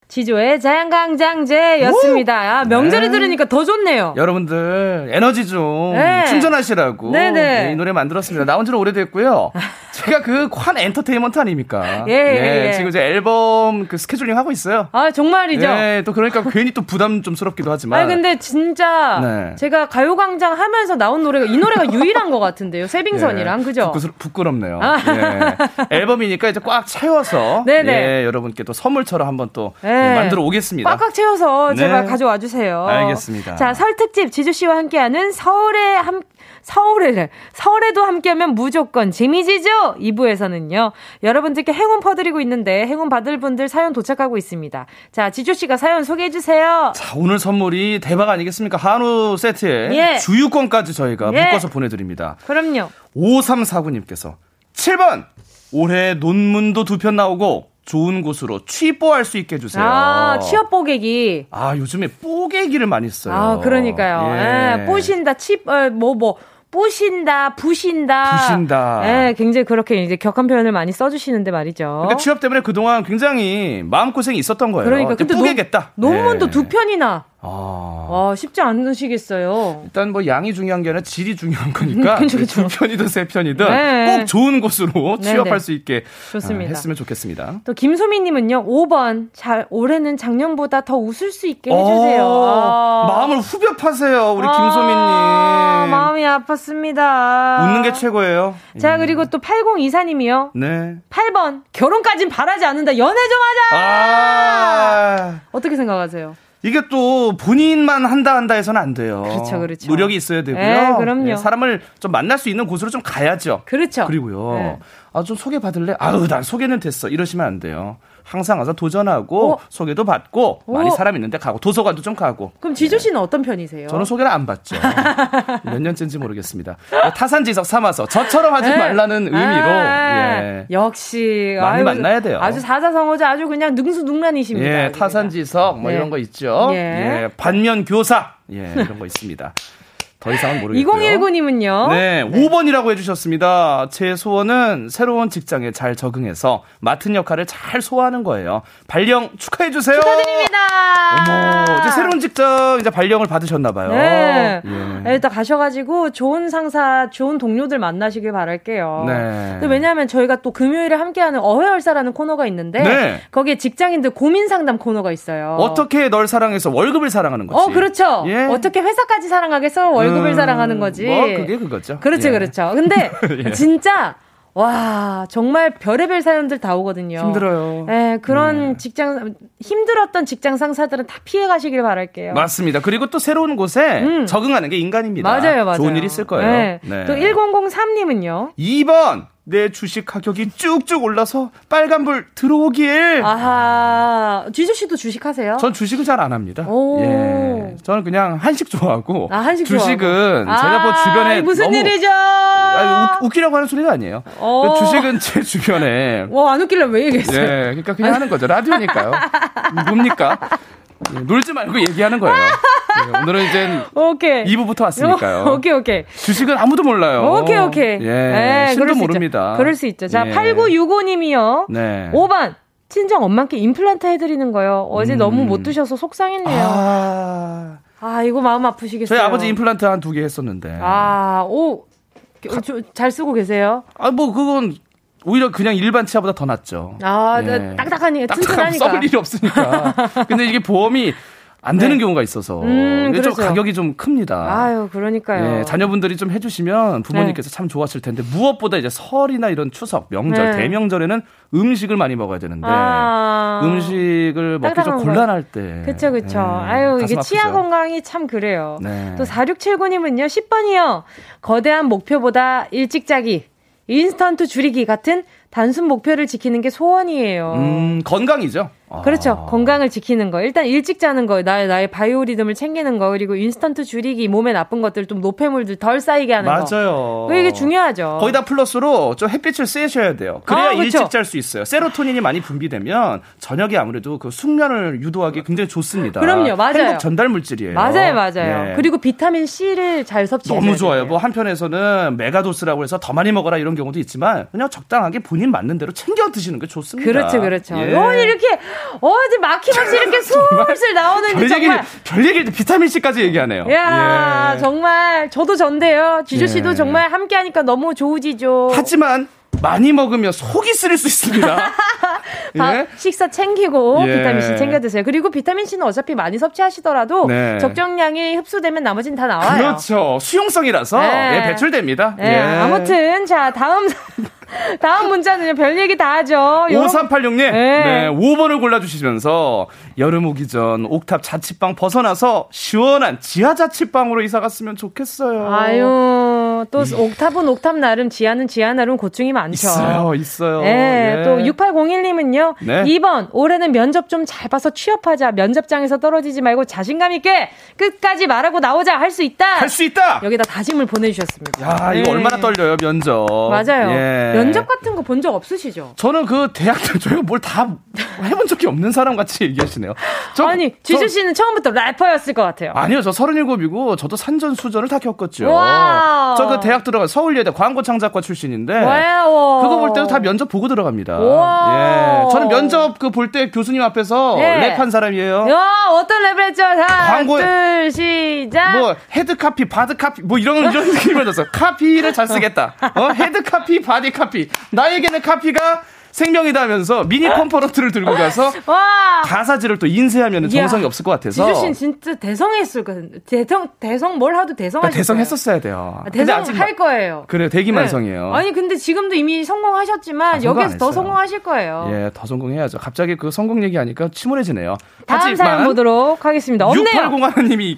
S1: 지조의 자양강장제였습니다. 아,
S6: 네.
S1: 명절에 들으니까 더 좋네요.
S6: 어. 여러분들 에너지 좀
S1: 네.
S6: 충전하시라고
S1: 네네.
S6: 예, 이 노래 만들었습니다. 나온 지는
S1: *laughs*
S6: 오래됐고요. 제가 그 관 엔터테인먼트 아닙니까?
S1: 예, 예, 예.
S6: 지금 이제 앨범 그 스케줄링 하고 있어요.
S1: 아, 정말이죠?
S6: 예, 또 그러니까 괜히 또 부담 좀 스럽기도 하지만.
S1: 아니 근데 진짜
S6: 네.
S1: 제가 가요광장 하면서 나온 노래가 이
S6: *laughs*
S1: 노래가 유일한 것 같은데요 세빙선이랑
S6: 예,
S1: 그죠? 아.
S6: 부끄- 부끄럽네요. 예. 앨범이니까 이제 꽉 채워서
S1: *laughs* 네네.
S6: 예, 여러분께 또 선물처럼 한번 또
S1: 예.
S6: 예, 만들어 오겠습니다.
S1: 꽉꽉 채워서
S6: 네.
S1: 제발 가져와 주세요.
S6: 알겠습니다.
S1: 자, 설 특집 지주 씨와 함께하는 서울에 함 서울에 서울에도 함께하면 무조건 재미지죠. 2부에서는요. 여러분들께 행운 퍼드리고 있는데 행운 받을 분들 사연 도착하고 있습니다. 자, 지주 씨가 사연 소개해 주세요.
S6: 자, 오늘 선물이 대박 아니겠습니까? 한우 세트에
S1: 예.
S6: 주유권까지 저희가
S1: 예.
S6: 묶어서 보내드립니다.
S1: 그럼요.
S6: 5349님께서 7번 올해 논문도 두 편 나오고 좋은 곳으로 취뽀할 수 있게 해주세요.
S1: 아, 취업 보객이
S6: 아, 요즘에 뽀개기를 많이 써요.
S1: 아, 그러니까요. 예. 뽀신다, 칩, 어, 뭐, 뭐, 뽀신다, 부신다.
S6: 부신다.
S1: 예, 굉장히 그렇게 이제 격한 표현을 많이 써주시는데 말이죠.
S6: 그러니까 취업 때문에 그동안 굉장히 마음고생이 있었던 거예요.
S1: 그러니까.
S6: 이제
S1: 근데
S6: 뽀개겠다.
S1: 논- 논문도
S6: 예.
S1: 두 편이나.
S6: 아.
S1: 와, 쉽지 않으시겠어요.
S6: 일단 뭐 양이 중요한 게 아니라 질이 중요한 거니까
S1: 음, 그죠, 그죠.
S6: 두 편이든 세 편이든
S1: 네.
S6: 꼭 좋은 곳으로
S1: 네, 네.
S6: 취업할 수 있게
S1: 좋습니다.
S6: 아, 했으면 좋겠습니다.
S1: 또 김소미님은요, 5번. 잘, 올해는 작년보다 더 웃을 수 있게 해주세요.
S6: 어,
S1: 아.
S6: 마음을 후벼 파세요, 우리
S1: 아,
S6: 김소민님.
S1: 마음이 아팠습니다.
S6: 웃는 게 최고예요. 음.
S1: 자, 그리고 또 8024님이요.
S6: 네.
S1: 8번. 결혼까진 바라지 않는다. 연애 좀 하자!
S6: 아.
S1: 어떻게 생각하세요?
S6: 이게 또 본인만 한다 한다 해서는 안 돼요.
S1: 그렇죠, 그렇죠.
S6: 노력이 있어야 되고요.
S1: 예, 그럼요.
S6: 예, 사람을 좀 만날 수 있는 곳으로 좀 가야죠.
S1: 그렇죠.
S6: 그리고요.
S1: 네.
S6: 아, 좀 소개 받을래? 아우, 난 소개는 됐어. 이러시면 안 돼요. 항상 와서 도전하고
S1: 어?
S6: 소개도 받고 많이
S1: 어?
S6: 사람 있는데 가고 도서관도 좀 가고.
S1: 그럼 지조 씨는 어떤 편이세요?
S6: 예. 저는 소개를 안
S1: *laughs*
S6: 받죠. 몇 년째인지 모르겠습니다. 네, 타산지석 삼아서 저처럼 하지
S1: 네.
S6: 말라는 의미로.
S1: 아,
S6: 예.
S1: 역시
S6: 많이 만나야 돼요.
S1: 아주 사사성어자 아주 그냥 능수능란이십니다.
S6: 예,
S1: 아주 그냥.
S6: 타산지석 뭐
S1: 네.
S6: 이런 거 있죠.
S1: 예.
S6: 예. 반면 교사 예, 이런 거 있습니다. 더 이상은 모르겠고요.
S1: 2019님은요.
S6: 네, 5번이라고 해주셨습니다. 제 소원은 새로운 직장에 잘 적응해서 맡은 역할을 잘 소화하는 거예요. 발령 축하해주세요.
S1: 축하드립니다.
S6: 어머, 이제 새로운 직장 이제 발령을 받으셨나봐요.
S1: 아, 네.
S6: 예.
S1: 네, 일단 가셔가지고 좋은 상사, 좋은 동료들 만나시길 바랄게요.
S6: 네.
S1: 근데 왜냐하면 저희가 또 금요일에 함께하는 어회열사라는 코너가 있는데
S6: 네.
S1: 거기에 직장인들 고민 상담 코너가 있어요.
S6: 어떻게 널 사랑해서 월급을 사랑하는 거지?
S1: 어, 그렇죠.
S6: 예.
S1: 어떻게 회사까지 사랑하겠어? 월급을
S6: 음,
S1: 사랑하는 거지.
S6: 뭐 그게 그거죠.
S1: 그렇죠,
S6: 예.
S1: 그렇죠. 근데
S6: *laughs* 예.
S1: 진짜 와 정말 별의별 사연들 다 오거든요.
S6: 힘들어요. 네.
S1: 예, 그런 직장 힘들었던 직장 상사들은 다 피해 가시길 바랄게요.
S6: 맞습니다. 그리고 또 새로운 곳에
S1: 음.
S6: 적응하는 게 인간입니다.
S1: 맞아요, 맞아요.
S6: 좋은 일 있을 거예요.
S1: 예.
S6: 네.
S1: 또 1003님은요.
S6: 2번 내 주식 가격이 쭉쭉 올라서 빨간불 들어오길.
S1: 아, 아하, 지조 씨도 주식하세요?
S6: 전 주식은 잘 안 합니다.
S1: 오.
S6: 예. 저는 그냥 한식 좋아하고
S1: 아, 한식
S6: 주식은
S1: 좋아하고.
S6: 제가 뭐
S1: 아,
S6: 주변에
S1: 무슨
S6: 너무
S1: 일이죠?
S6: 아니, 웃, 기라고 하는 소리가 아니에요.
S1: 어.
S6: 주식은 제 주변에
S1: 와, 안 웃길래 왜
S6: 예,
S1: 얘기했어요?
S6: 그러니까 그냥 하는 거죠. 라디오니까요. 뭡니까? 예, 놀지 말고 얘기하는 거예요. 예, 오늘은 이제
S1: *laughs* 오케이.
S6: 2부부터 왔으니까요.
S1: 네. *laughs* 어, 오케이, 오케이.
S6: 주식은 아무도 몰라요.
S1: 어, 오케이, 오케이.
S6: 예,
S1: 예,
S6: 신도
S1: 그럴 수
S6: 모릅니다.
S1: 있죠. 그럴 수 있죠. 자,
S6: 예.
S1: 8965님이요.
S6: 네.
S1: 5번. 친정 엄마께 임플란트 해드리는 거요. 어제
S6: 음.
S1: 너무 못 드셔서 속상했네요. 아,
S6: 아,
S1: 이거 마음 아프시겠어요.
S6: 저희 아버지 임플란트 한 두 개 했었는데.
S1: 아, 오. 저- 잘 쓰고 계세요?
S6: 아, 뭐, 그건 오히려 그냥 일반 치아보다 더 낫죠.
S1: 아,
S6: 예.
S1: 나- 딱딱하니까,
S6: 딱딱하면
S1: 튼튼하니까.
S6: 썩을
S1: *laughs*
S6: 일이 없으니까. 근데 이게 보험이 안 되는 경우가 있어서.
S1: 네. 음,
S6: 이게 좀
S1: 그렇죠.
S6: 가격이 좀 큽니다.
S1: 아유, 그러니까요.
S6: 예, 자녀분들이 좀 해주시면 부모님께서 참 좋았을 텐데 무엇보다 이제 설이나 이런 추석, 명절,
S1: 네.
S6: 대명절에는 음식을 많이 먹어야 되는데
S1: 아.
S6: 음식을 먹기 좀
S1: 딱딱한 거.
S6: 곤란할 때.
S1: 그쵸, 그쵸.
S6: 예,
S1: 아유, 이게
S6: 가슴
S1: 치아
S6: 아프죠.
S1: 건강이 참 그래요.
S6: 네.
S1: 또 4679님은요, 10번이요. 거대한 목표보다 일찍 자기, 인스턴트 줄이기 같은 단순 목표를 지키는 게 소원이에요.
S6: 음, 건강이죠. 아.
S1: 그렇죠. 건강을 지키는 거. 일단 일찍 자는 거, 나의, 나의 바이오리듬을 챙기는 거, 그리고 인스턴트 줄이기, 몸에 나쁜 것들, 좀 노폐물들 덜 쌓이게 하는 거.
S6: 맞아요.
S1: 그 이게 중요하죠.
S6: 거의 다 플러스로 좀 햇빛을 쐬셔야 돼요. 그래야
S1: 아, 그쵸.
S6: 일찍 잘 수 있어요. 세로토닌이 많이 분비되면 저녁에 아무래도 그 숙면을 유도하기 굉장히 좋습니다.
S1: 그럼요, 맞아요.
S6: 행복 전달 물질이에요.
S1: 맞아요, 맞아요.
S6: 예.
S1: 그리고 비타민 C를 잘 섭취해야
S6: 너무 좋아요. 뭐 한편에서는 메가도스라고 해서 더 많이 먹어라 이런 경우도 있지만 그냥 적당하게 본인 맞는 대로 챙겨 드시는 게 좋습니다.
S1: 그렇죠, 그렇죠.
S6: 예.
S1: 어, 이렇게, 어, 이제 막힘없이
S6: *laughs*
S1: 이렇게 솔솔 나오는지
S6: 별 얘기,
S1: 정말.
S6: 별 얘기를 비타민 C까지 얘기하네요.
S1: 야
S6: 예.
S1: 정말 저도 전데요. 지조 씨도
S6: 예.
S1: 정말 함께하니까 너무 좋으지죠.
S6: 하지만 많이 먹으면 속이 쓰릴
S1: *laughs*
S6: 수 있습니다.
S1: 밥,
S6: 예?
S1: 식사 챙기고
S6: 예.
S1: 비타민 C 챙겨 드세요. 그리고 비타민 C는 어차피 많이 섭취하시더라도
S6: 네.
S1: 적정량이 흡수되면 나머지는 다 나와요.
S6: 그렇죠. 수용성이라서
S1: 네.
S6: 예, 배출됩니다.
S1: 네, 아무튼 자 다음 *laughs* 다음 문자는요. 별 얘기 다 하죠. 요런-
S6: 5386님, 네.
S1: 네.
S6: 5번을 골라주시면서, 여름 오기 전 옥탑 자취방 벗어나서 시원한 지하 자취방으로 이사 갔으면 좋겠어요.
S1: 아유 또 옥탑은 옥탑 나름 지하는 지하 나름 고충이 많죠.
S6: 음. 있어요, 있어요.
S1: 예,
S6: 예.
S1: 그렇죠. 또 6801님은요.
S6: 네.
S1: 2번 올해는 면접 좀 잘 봐서 취업하자. 면접장에서 떨어지지 말고 자신감 있게 끝까지 말하고 나오자 할 수 있다.
S6: 할수 있다!
S1: 여기다 다짐을 보내주셨습니다.
S6: 야,
S1: 네.
S6: 이거 얼마나 떨려요, 면접.
S1: 맞아요.
S6: 예.
S1: 면접 같은 거 본 적 없으시죠?
S6: 저는 그 대학 때 저희가 뭘 다 해본 적이 없는 사람 같이 얘기하시네요. 저-
S1: 아니,
S6: 저-
S1: 지주 씨는 처음부터 래퍼였을 것 같아요.
S6: 아니요, 저 37이고 저도 산전수전을 다 겪었죠.
S1: 와우.
S6: 저 그 대학 들어가 서울예대 광고창작과 출신인데
S1: 와우.
S6: 네. 그거 볼 때도 다 면접 보고 들어갑니다.
S1: 와우.
S6: 예. 저는 면접 그 볼 때 교수님 앞에서
S1: 예.
S6: 랩한 사람이에요.
S1: 야, 어떤 랩을 했죠? 하나,
S6: 광고에-
S1: 둘, 시작.
S6: 뭐 헤드 카피, 바드 카피, 뭐 이런 이런 *laughs* 느낌을 줬어. 카피를 잘 쓰겠다. 어, 헤드 카피, 바디 카피. 나에게는 카피가 생명이다 하면서 미니 컴퍼런트를 들고 가서
S1: 와.
S6: 가사지를 또 인쇄하면 정성이
S1: 이야.
S6: 없을 것 같아서.
S1: 지주 씨는 진짜 대성했을 것 같은데. 대성, 대성 뭘 하도 대성하셨어요.
S6: 그러니까 대성했었어야 돼요.
S1: 아,
S6: 근데
S1: 대성
S6: 아직
S1: 할 거예요.
S6: 그래요. 대기만성이에요.
S1: 네. 아니 근데 지금도 이미 성공하셨지만
S6: 아, 성공
S1: 여기서
S6: 안
S1: 더
S6: 했어요.
S1: 성공하실 거예요.
S6: 예, 더 성공해야죠. 갑자기 그 성공 얘기하니까 침울해지네요.
S1: 다음 사연 보도록 하겠습니다. 없네요.
S6: 6801님이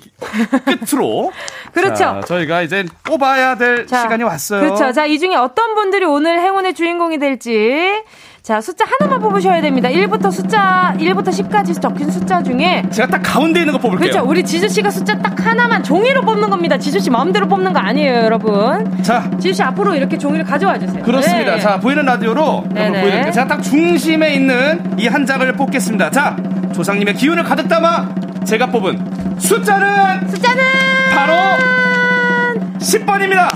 S6: 끝으로.
S1: *laughs* 그렇죠.
S6: 자, 저희가 이제 뽑아야 될 시간이 왔어요.
S1: 그렇죠. 자, 이 중에 어떤 분들이 오늘 행운의 주인공이 될지. 자, 숫자 하나만 뽑으셔야 됩니다. 1부터 숫자, 1부터 10까지 적힌 숫자 중에.
S6: 제가 딱 가운데 있는 거 뽑을게요.
S1: 그렇죠. 우리 지주씨가 숫자 딱 하나만 종이로 뽑는 겁니다. 지주씨 마음대로 뽑는 거 아니에요, 여러분.
S6: 자,
S1: 지주씨 앞으로 이렇게 종이를 가져와 주세요.
S6: 그렇습니다.
S1: 네.
S6: 자, 보이는 라디오로 여러분
S1: 네네.
S6: 보여드릴게요. 제가 딱 중심에 있는 이 한 장을 뽑겠습니다. 자, 조상님의 기운을 가득 담아 제가 뽑은 숫자는
S1: 숫자는!
S6: 바로 10번입니다.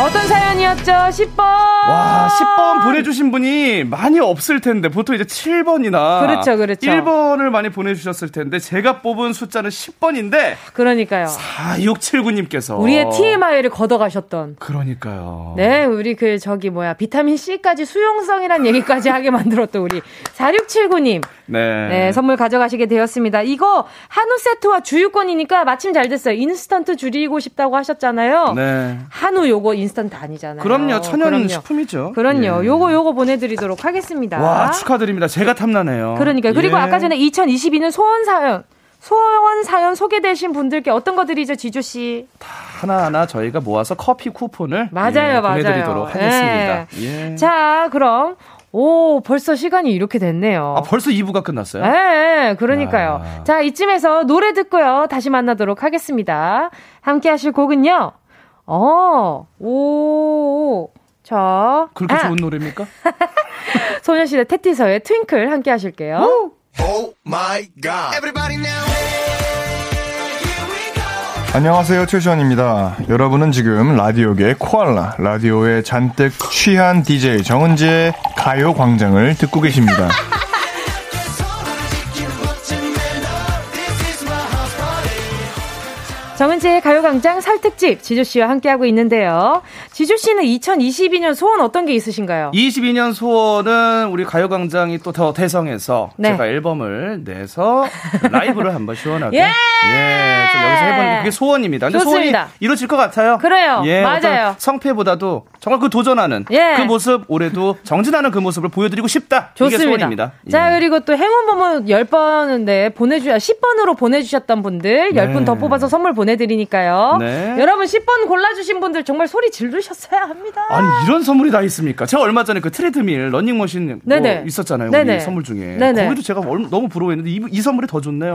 S1: 어떤 사연이었죠? 10번!
S6: 와, 10번 보내주신 분이 많이 없을 텐데, 보통 이제 7번이나.
S1: 그렇죠, 그렇죠.
S6: 1번을 많이 보내주셨을 텐데, 제가 뽑은 숫자는 10번인데,
S1: 그러니까요.
S6: 4679님께서.
S1: 우리의 TMI를 걷어가셨던.
S6: 그러니까요.
S1: 네, 우리 그 저기 뭐야 비타민 C까지 수용성이란 얘기까지 하게 만들었던 우리 4679님.
S6: 네.
S1: 네, 선물 가져가시게 되었습니다. 이거 한우 세트와 주유권이니까 마침 잘 됐어요. 인스턴트 줄이고 싶다고 하셨잖아요.
S6: 네.
S1: 한우 요거 인스턴트 아니잖아요.
S6: 그럼요, 천연
S1: 어, 그럼요.
S6: 식품이죠.
S1: 그럼요.
S6: 예.
S1: 요거 요거 보내드리도록 하겠습니다.
S6: 와, 축하드립니다. 제가 탐나네요.
S1: 그러니까 요 그리고
S6: 예.
S1: 아까 전에 2022는 소원 사연. 소원 사연 소개되신 분들께 어떤 것들이죠, 지주 씨?
S6: 하나하나 저희가 모아서 커피 쿠폰을
S1: 맞아요,
S6: 예,
S1: 맞아요.
S6: 보내드리도록 하겠습니다.
S1: 예.
S6: 예.
S1: 자, 그럼 오 벌써 시간이 이렇게 됐네요.
S6: 아, 벌써 2부가 끝났어요?
S1: 예, 예, 그러니까요.
S6: 아.
S1: 자, 이쯤에서 노래 듣고요. 다시 만나도록 하겠습니다. 함께 하실 곡은요. 어, 오, 저.
S6: 그렇게
S1: 아,
S6: 좋은 노래입니까?
S1: 소녀시대 테티서의 트윙클 함께 하실게요.
S7: 안녕하세요 최시원입니다. 여러분은 지금 라디오계 코알라 라디오에 잔뜩 취한 DJ 정은지의 가요광장을 듣고 계십니다.
S1: 정은지의 가요광장 살특집 지조씨와 함께하고 있는데요. 지조씨는 2022년 소원 어떤 게 있으신가요?
S6: 22년 소원은 우리 가요광장이 또 더 대성해서
S1: 네.
S6: 제가 앨범을 내서 라이브를 한번 시원하게
S1: 예!
S6: 예, 좀 여기서 해보는 게 그게 소원입니다. 근데
S1: 좋습니다.
S6: 소원이 이루어질 것 같아요.
S1: 그래요.
S6: 예, 어떤
S1: 맞아요.
S6: 성패보다도 정말 그 도전하는
S1: 예.
S6: 그 모습 올해도 정진하는 그 모습을 보여드리고 싶다. 이게
S1: 좋습니다.
S6: 소원입니다.
S1: 자,
S6: 예.
S1: 그리고 또 행운 보문 10번인데 보내주 10번으로 보내주셨던 분들 10분 더 뽑아서 선물 보내드리니까요.
S6: 네.
S1: 여러분 10번 골라주신 분들 정말 소리 지르셨어야 합니다.
S6: 아니 이런 선물이 다 있습니까? 제가 얼마 전에 그 트레드밀 런닝머신 뭐
S1: 네네.
S6: 있었잖아요.
S1: 네네.
S6: 우리 선물 중에
S1: 네네.
S6: 거기도 제가 얼- 너무 부러워했는데 이, 이 선물이
S1: *laughs*
S6: 더 좋네요.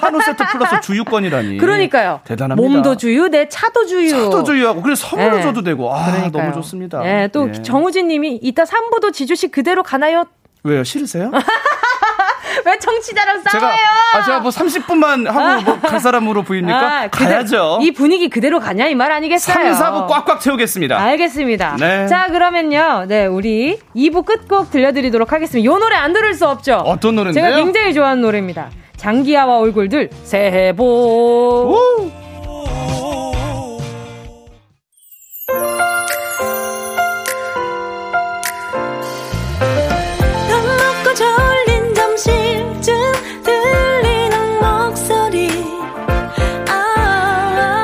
S6: 한우 세트 플러스 주유권이라니.
S1: 그러니까요.
S6: 예. 대단합니다.
S1: 몸도 주유, 내 차도 주유.
S6: 또 주유하고 그래서 선물로
S1: 네.
S6: 줘도 되고 아
S1: 그러니까요.
S6: 너무 좋습니다.
S1: 예, 또
S6: 예.
S1: *laughs* 정우진 님이 이따 3부도 지조씨 그대로 가나요?
S6: 왜요 싫으세요?
S1: *laughs* 왜 청취자랑
S6: 제가
S1: 싸워요?
S6: 아 제가 뭐 30분만 하고 뭐 갈 사람으로 보입니까?
S1: 아, 그대-
S6: 가야죠.
S1: 이 분위기 그대로 가냐 이 말 아니겠어요? 아,
S6: 3, 4부 꽉꽉 채우겠습니다.
S1: 알겠습니다.
S6: 아. 네.
S1: 자, 그러면요. 네, 우리 2부 끝곡 들려드리도록 하겠습니다. 요 노래 안 들을 수 없죠?
S6: 어떤 노래인데요?
S1: 제가 굉장히 좋아하는 노래입니다. 장기하와 얼굴들, 새해 복.
S6: 오!
S8: 밥 먹고 졸린 점심쯤 들리는 목소리 아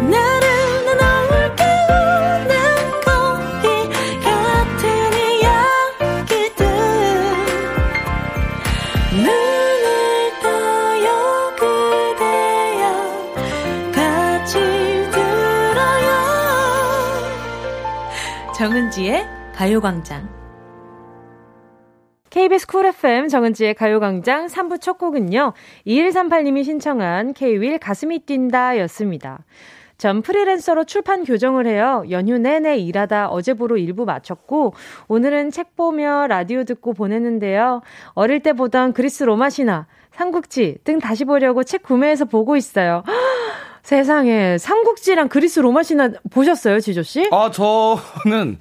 S8: 나른한 어울 깨우는 거리 같은 이야기들 눈을 떠요 그대여 같이 들어요 정은지의 가요광장
S1: KBS 쿨 FM 정은지의 가요광장 3부 첫 곡은요. 2138님이 신청한 K-윌 가슴이 뛴다 였습니다. 전 프리랜서로 출판 교정을 해요. 연휴 내내 일하다 어제보로 일부 마쳤고 오늘은 책 보며 라디오 듣고 보냈는데요. 어릴 때 보던 그리스 로마 신화, 삼국지 등 다시 보려고 책 구매해서 보고 있어요. *gasps* 세상에 삼국지랑 그리스 로마 신화 보셨어요, 지조 씨?
S6: 아 저는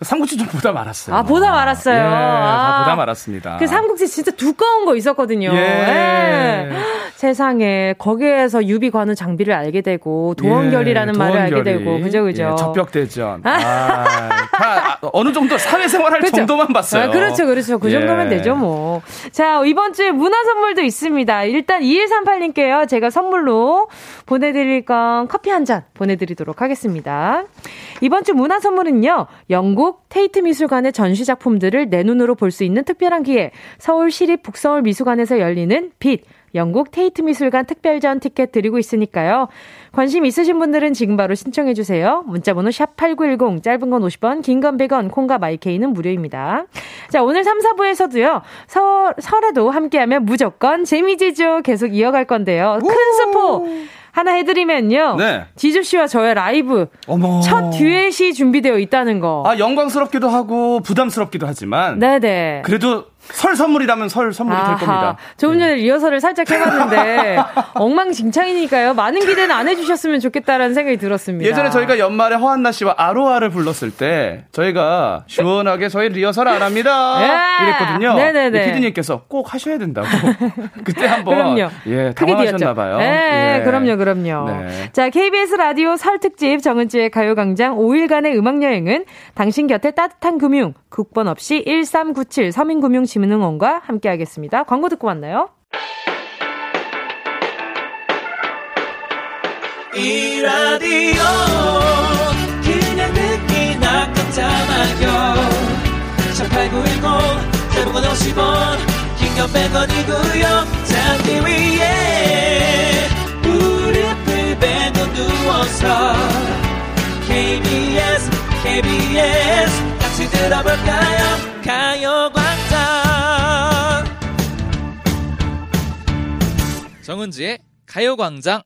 S6: 삼국지 좀 보다 말았어요.
S1: 아, 보다 말았어요.
S6: 예, 다
S1: 아.
S6: 보다 말았습니다.
S1: 그 삼국지 진짜 두꺼운 거 있었거든요.
S6: 예.
S1: 예. 세상에 거기에서 유비 관우 장비를 알게 되고 도원결이라는
S6: 예,
S1: 말을 알게
S6: 도원결이.
S1: 되고 그죠 그죠.
S6: 예, 적벽대전. 아, 다 아, 어느 정도 사회생활할
S1: 그렇죠.
S6: 정도만 봤어요.
S1: 아, 그렇죠, 그렇죠. 그
S6: 예.
S1: 정도면 되죠, 뭐. 자, 이번 주에 문화 선물도 있습니다. 일단 2138님께요. 제가 선물로 보내드릴 건 커피 한 잔 보내드리도록 하겠습니다. 이번 주 문화 선물은요. 영국 테이트 미술관의 전시작품들을 내 눈으로 볼 수 있는 특별한 기회. 서울시립 북서울미술관에서 열리는 빛. 영국 테이트 미술관 특별전 티켓 드리고 있으니까요. 관심 있으신 분들은 지금 바로 신청해 주세요. 문자 번호 샵 8910 짧은 건 50원, 긴 건 100원, 콩과 마이케이는 무료입니다. 자, 오늘 3, 4부에서도요. 설, 설에도 함께하면 무조건 재미지죠. 계속 이어갈 건데요. 큰 스포 하나 해드리면요.
S6: 네.
S1: 지주 씨와 저의 라이브
S6: 어머.
S1: 첫 듀엣이 준비되어 있다는 거.
S6: 아 영광스럽기도 하고 부담스럽기도 하지만
S1: 네네.
S6: 그래도 설 선물이라면 설 선물이
S1: 아하.
S6: 될 겁니다. 네.
S1: 조금 전에 리허설을 살짝
S6: *laughs*
S1: 해봤는데 엉망진창이니까요. 많은 기대는 안 해주셨으면 좋겠다라는 생각이 들었습니다.
S6: 예전에 저희가 연말에 허한나 씨와 아로아를 불렀을 때 저희가 시원하게 저희 리허설 안 합니다
S1: 예.
S6: 이랬거든요.
S1: 네네네.
S6: 예, 피디님께서 꼭 하셔야
S1: *laughs*
S6: 된다고 그때 한번
S1: 그럼요.
S6: 예
S1: 크게 뒤였죠.
S6: 당황하셨나 봐요.
S1: 예,
S6: 예.
S1: 그럼요, 그럼요.
S6: 네.
S1: 자, KBS 라디오 설 특집 정은지의 가요광장 5일간의 음악여행은 당신 곁에 따뜻한 금융, 국번 없이 1397 서민금융지능원과 함께하겠습니다. 광고 듣고 만나요.
S2: 이 라디오 그냥 듣기나 깜짝마요 18910 대목원 50원 긴건 100원이고요 잠기 위에 무릎을 베고 누워서 KBS KBS 같이 들어볼까요 가요광장 정은지의 가요광장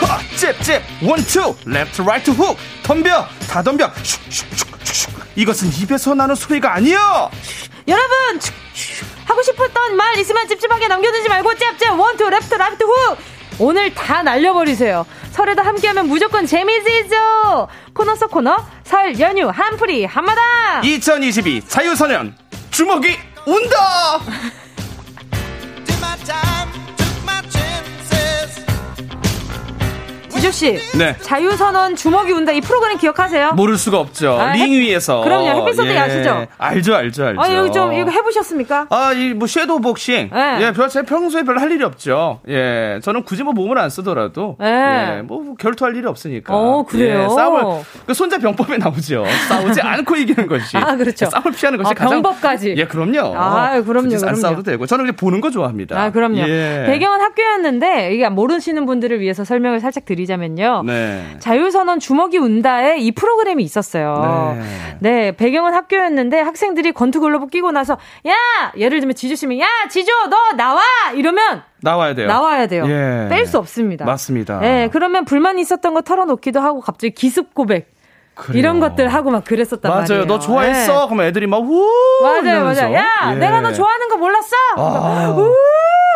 S6: 하, 잽, 잽, 원, 투, 레프트, 라이트, 훅, 덤벼, 다 덤벼, 슉, 슉, 슉, 슉, 슉. 이것은 입에서 나는 소리가 아니야!
S1: 여러분! 츄, 츄. 하고 싶었던 말 있으면 찝찝하게 남겨두지 말고 짭짭 원투 랩트 랩트 후! 오늘 다 날려버리세요. 설에도 함께하면 무조건 재미지죠! 코너 속 코너, 설 연휴 한풀이 한마당!
S6: 2022 자유선언, 주먹이 운다!
S1: 지조씨,
S6: 네.
S1: 자유선언 주먹이 운다 이 프로그램 기억하세요?
S6: 모를 수가 없죠.
S1: 아,
S6: 링
S1: 햇-
S6: 위에서. 예.
S1: 그럼요. 햇빛 쏘대기 아시죠?
S6: 알죠, 알죠, 알죠.
S1: 아, 여기 좀, 이거 해보셨습니까?
S6: 아, 이, 뭐, 섀도우 복싱.
S1: 네.
S6: 예, 별, 제 평소에 별로 할 일이 없죠. 예, 저는 굳이 뭐 몸을 안 쓰더라도.
S1: 네.
S6: 예, 뭐, 결투할 일이 없으니까.
S1: 어, 그래요?
S6: 예, 싸움을. 그 손자 병법에 나오죠. 싸우지 않고 이기는 것이. 예,
S1: 아, 그렇죠.
S6: 싸움을 피하는 것이
S1: 아,
S6: 가장.
S1: 병법까지.
S6: 예, 그럼요.
S1: 아유, 그럼요,
S6: 굳이 안
S1: 그럼요.
S6: 싸워도 되고. 저는 그냥 보는 거 좋아합니다.
S1: 아, 그럼요.
S6: 예.
S1: 배경은 학교였는데, 이게 모르시는 분들을 위해서 설명을 살짝 드리자면요.
S6: 네.
S1: 자율선언 주먹이 운다에 이 프로그램이 있었어요.
S6: 네.
S1: 네. 배경은 학교였는데 학생들이 권투 글러브 끼고 나서 야 예를 들면 지주 씨면 야 지주 너 나와 이러면
S6: 나와야 돼요.
S1: 나와야 돼요.
S6: 예.
S1: 뺄 수 없습니다.
S6: 맞습니다.
S1: 예, 그러면 불만 있었던 거 털어놓기도 하고 갑자기 기습 고백
S6: 그래요.
S1: 이런 것들 하고 막 그랬었단
S6: 맞아요.
S1: 말이에요.
S6: 너 좋아했어?
S1: 예.
S6: 그러면 애들이 막 우!
S1: 맞아요,
S6: 이러면서.
S1: 맞아요. 야,
S6: 예.
S1: 내가 너 좋아하는 거 몰랐어.
S6: 아.
S1: 우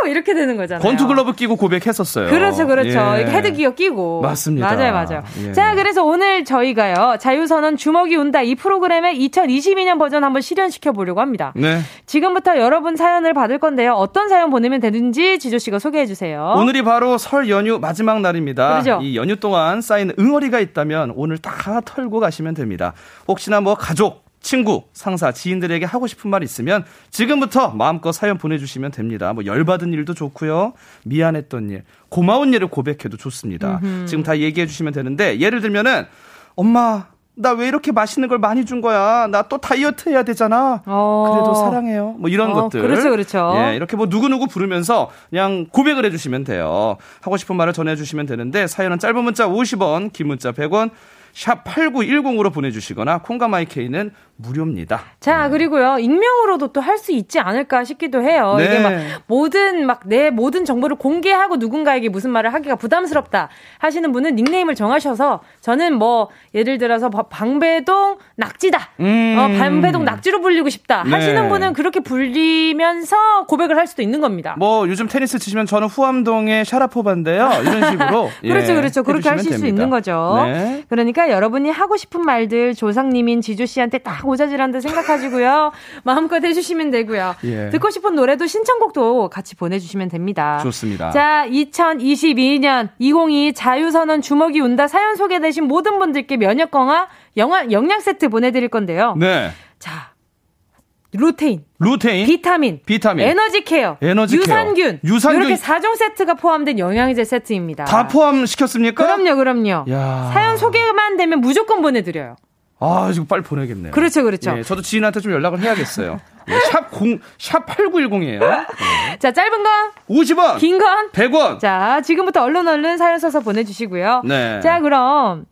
S1: 이렇게 되는 거잖아요.
S6: 권투 글러브 끼고 고백했었어요.
S1: 그렇죠, 그렇죠.
S6: 예.
S1: 이게 헤드기어 끼고.
S6: 맞습니다.
S1: 맞아요, 맞아요.
S6: 예.
S1: 자, 그래서 오늘 저희가요, 자유선언 주먹이 운다 이 프로그램의 2022년 버전 한번 실현시켜 보려고 합니다.
S6: 네.
S1: 지금부터 여러분 사연을 받을 건데요. 어떤 사연 보내면 되는지 지조씨가 소개해 주세요.
S6: 오늘이 바로 설 연휴 마지막 날입니다.
S1: 그러죠.
S6: 이 연휴 동안 쌓인 응어리가 있다면 오늘 다 털고 가시면 됩니다. 혹시나 뭐 가족, 친구, 상사, 지인들에게 하고 싶은 말 있으면 지금부터 마음껏 사연 보내주시면 됩니다. 뭐 열받은 일도 좋고요. 미안했던 일, 고마운 일을 고백해도 좋습니다. 지금 다 얘기해 주시면 되는데 예를 들면은 엄마, 나 왜 이렇게 맛있는 걸 많이 준 거야? 나 또 다이어트 해야 되잖아.
S1: 어.
S6: 그래도 사랑해요. 뭐 이런
S1: 어,
S6: 것들.
S1: 그렇죠, 그렇죠.
S6: 예, 이렇게 뭐 누구누구 부르면서 그냥 고백을 해주시면 돼요. 하고 싶은 말을 전해주시면 되는데 사연은 짧은 문자 50원, 긴 문자 100원, 샵 8910으로 보내주시거나 콩가마이케이는 무료입니다.
S1: 자, 그리고요, 익명으로도 또 할 수 있지 않을까 싶기도 해요.
S6: 네.
S1: 이게 막, 모든, 막, 내 모든 정보를 공개하고 누군가에게 무슨 말을 하기가 부담스럽다 하시는 분은 닉네임을 정하셔서, 저는 뭐, 예를 들어서, 바- 방배동 낙지다.
S6: 음.
S1: 어, 방배동 낙지로 불리고 싶다.
S6: 네.
S1: 하시는 분은 그렇게 불리면서 고백을 할 수도 있는 겁니다.
S6: 뭐 요즘 테니스 치시면 저는 후암동의 샤라포반데요. 이런 식으로. 예,
S1: *laughs* 그렇죠, 그렇죠. 그렇게
S6: 해주시면
S1: 하실 수
S6: 됩니다.
S1: 있는 거죠.
S6: 네.
S1: 그러니까 여러분이 하고 싶은 말들 조상님인 지조 씨한테 딱 오자질한데 생각하시고요. *laughs* 마음껏 해주시면 되고요.
S6: 예.
S1: 듣고 싶은 노래도 신청곡도 같이 보내주시면 됩니다.
S6: 좋습니다.
S1: 자, 2022년 2022 자유선언 주먹이 운다 사연 소개되신 모든 분들께 면역강화 영화 영양 세트 보내드릴 건데요.
S6: 네.
S1: 자, 루테인,
S6: 루테인.
S1: 비타민,
S6: 비타민.
S1: 에너지 케어,
S6: 에너지 케어,
S1: 유산균,
S6: 유산균.
S1: 이렇게 4종 세트가 포함된 영양제 세트입니다.
S6: 다 포함시켰습니까?
S1: 그럼요, 그럼요.
S6: 야.
S1: 사연 소개만 되면 무조건 보내드려요.
S6: 아, 이거 빨리 보내겠네요.
S1: 그렇죠, 그렇죠.
S6: 예, 저도 지인한테 좀 연락을 해야겠어요. 예, 샵 공, 샵 8910이에요.
S1: 자, 짧은 건,
S6: 50원,
S1: 긴 건.
S6: 100원.
S1: 자, 지금부터 얼른 얼른 사연 써서 보내주시고요.
S6: 네.
S1: 자, 그럼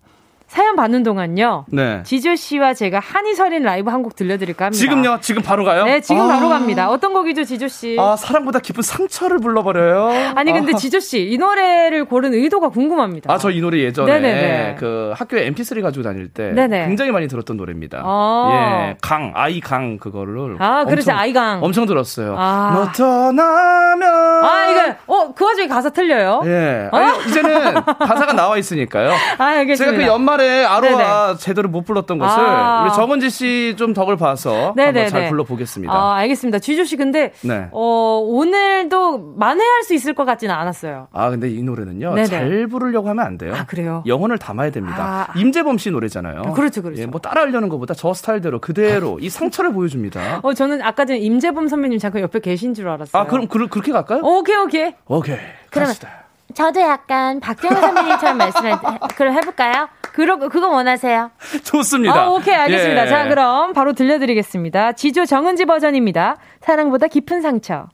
S1: 사연 받는 동안요.
S6: 네.
S1: 지조 씨와 제가 한이 서린 라이브 한 곡 들려드릴까 합니다.
S6: 지금요? 지금 바로 가요?
S1: 네, 지금
S6: 아,
S1: 바로 갑니다. 어떤 곡이죠, 지조 씨?
S6: 아, 사랑보다 깊은 상처를 불러버려요.
S1: 니 근데
S6: 아.
S1: 지조 씨, 이 노래를 고른 의도가 궁금합니다.
S6: 아, 저 이 노래 예전에
S1: 네네네.
S6: 그 학교에 MP3 가지고 다닐 때
S1: 네네.
S6: 굉장히 많이 들었던 노래입니다.
S1: 아.
S6: 예, 강, 아이 강 그거를
S1: 아, 그렇죠.
S6: 엄청-
S1: 아이강.
S6: 엄청 들었어요.
S1: 아.
S6: 너 떠나면
S1: 아, 이거, 어, 그 와중에 가사 틀려요?
S6: 예. 아니, 이제는 가사가 나와 있으니까요.
S1: *laughs* 아, 알겠습니다.
S6: 제가 그 연말에 아로아 제대로 못 불렀던 것을
S1: 아.
S6: 우리 정은지 씨 좀 덕을 봐서
S1: 네네네.
S6: 한번 잘 불러보겠습니다.
S1: 아, 알겠습니다. 지조 씨, 근데,
S6: 네.
S1: 어, 오늘도 만회할 수 있을 것 같지는 않았어요.
S6: 아, 근데 이 노래는요.
S1: 네네.
S6: 잘 부르려고 하면 안 돼요.
S1: 아, 그래요?
S6: 영혼을 담아야 됩니다.
S1: 아.
S6: 임재범 씨 노래잖아요.
S1: 아, 그렇죠, 그렇죠.
S6: 예, 뭐 따라하려는 것보다 저 스타일대로 그대로 이 상처를 보여줍니다.
S1: 어, 저는 아까 전에 임재범 선배님 잠깐 옆에 계신 줄 알았어요.
S6: 아, 그럼 그, 그렇게 갈까요?
S1: 오케이, 오케이.
S6: 오케이.
S1: 어? 그러면-
S6: 갑시다. *laughs*
S9: 저도 약간 박정우 선배님처럼
S1: 네,
S9: 말씀해 그럼 해볼까요? 그러, 그거 원하세요?
S6: 좋습니다.
S1: 아, 오케이, 알겠습니다.
S6: 예.
S1: 자, 그럼 바로 들려드리겠습니다. 지조 정은지 버전입니다. 사랑보다 깊은 상처.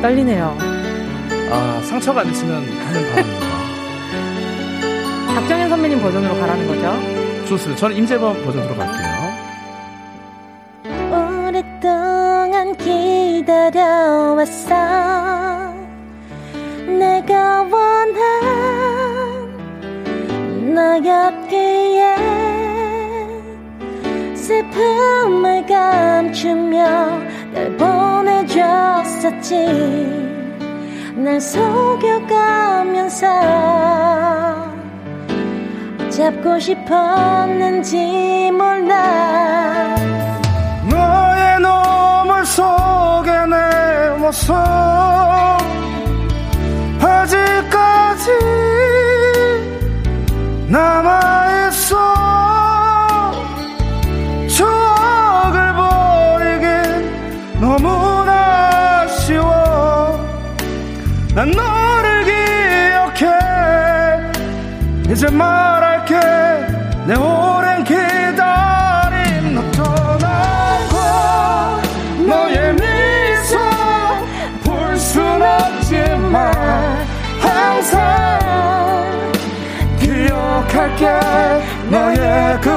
S1: 떨리네요.
S6: 아, 상처가 안 치면 하는 바람입니다.
S1: 박정현 선배님 버전으로 가라는 거죠.
S6: 좋습니다. 저는 임재범 버전으로 갈게요.
S9: 오랫동안 기다려왔어 내가 원한 너 옆길에 슬픔을 감추며 날 보내줬었지 날 속여가면서 잡고 싶었는지 몰라
S6: 너의 눈물 속에 내 모습 아직까지 남아있어 추억을 버리긴 너무나 아쉬워 난 너를 기억해 이제 말할게 내 오랜 기다림 너 떠나고 너의 미소 볼 순 없지만 항상 기억할게 너의 그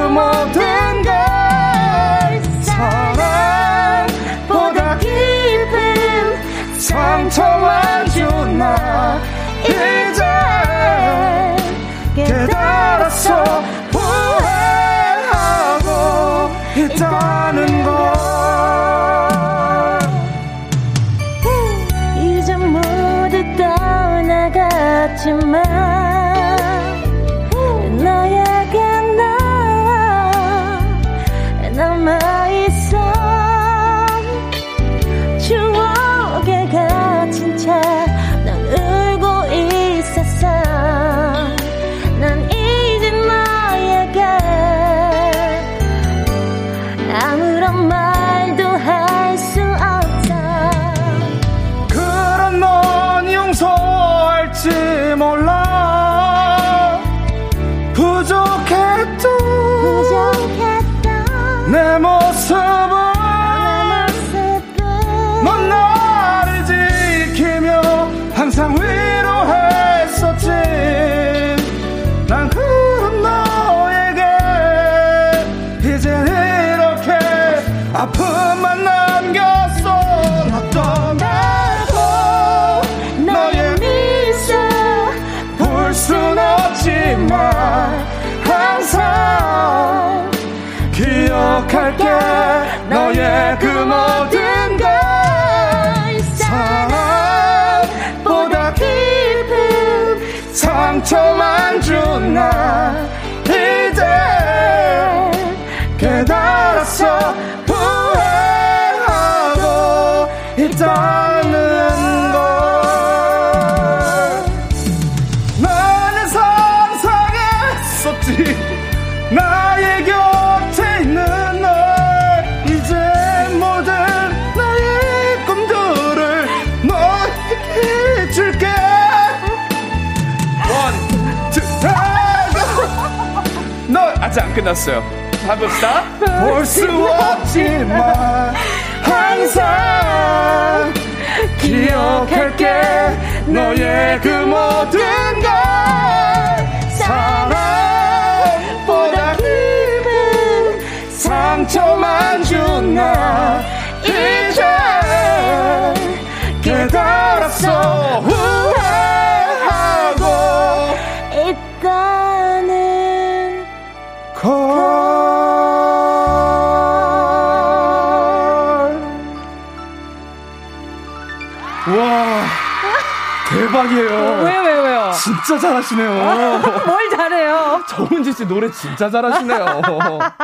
S6: 아픔만 남겼어 나 떠나도 너의 미소 볼 순 없지만 항상 기억할게 너의 그 모든 걸 사랑보다 깊은 상처만 준나 이제 깨달았어 후회하고 있다는 걸 나는 상상했었지 나의 곁에 있는 널 이제 모든 나의 꿈들을 너에게 줄게 원, 투, 다가 널 아직 안 끝났어요 가볍다 볼수 없지만 항상 기억할게 너의 그 모든 걸 사랑보다 깊은 상처만 준나 이제 깨달았어 후회하고
S9: 있다는
S6: 와 대박이에요 어,
S1: 왜요, 왜요, *laughs* 왜요?
S6: 진짜 잘하시네요
S1: 네.
S6: *laughs*
S1: 뭘 잘해요?
S6: 정은지 씨 노래 진짜 잘하시네요.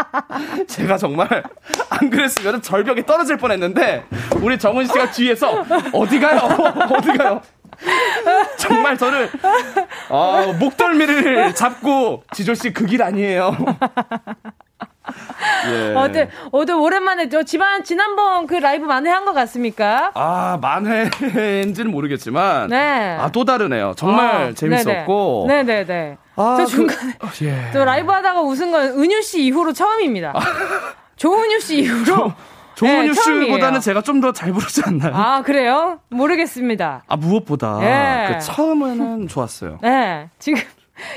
S6: *laughs* 제가 정말 안 그랬으면 절벽에 떨어질 뻔했는데 우리 정은 씨가 뒤에서 어디 가요? *laughs* 어디 가요? 정말 저를 아, 목덜미를 잡고 지조 씨 그 길 아니에요. *laughs* 예.
S1: 어때, 어때, 오랜만에, 저 지난, 지난번 그 라이브 만회한 것 같습니까?
S6: 아 만회인지는 모르겠지만
S1: 네.
S6: 아 또 다르네요. 정말
S1: 아,
S6: 재밌었고
S1: 네네네. 네네네.
S6: 아,
S1: 저
S6: 그-
S1: 중간에,
S6: 예.
S1: 저 라이브 하다가 웃은 건 은유 씨 이후로 처음입니다.
S6: 아.
S1: 조은유 씨 이후로.
S6: 좋은
S1: 네, 처음이에요.
S6: 뉴스보다는 제가 좀 더 잘 부르지 않나요?
S1: 아, 그래요? 모르겠습니다.
S6: 아 무엇보다
S1: 예.
S6: 그 처음에는 좋았어요.
S1: 네. 지금, *laughs*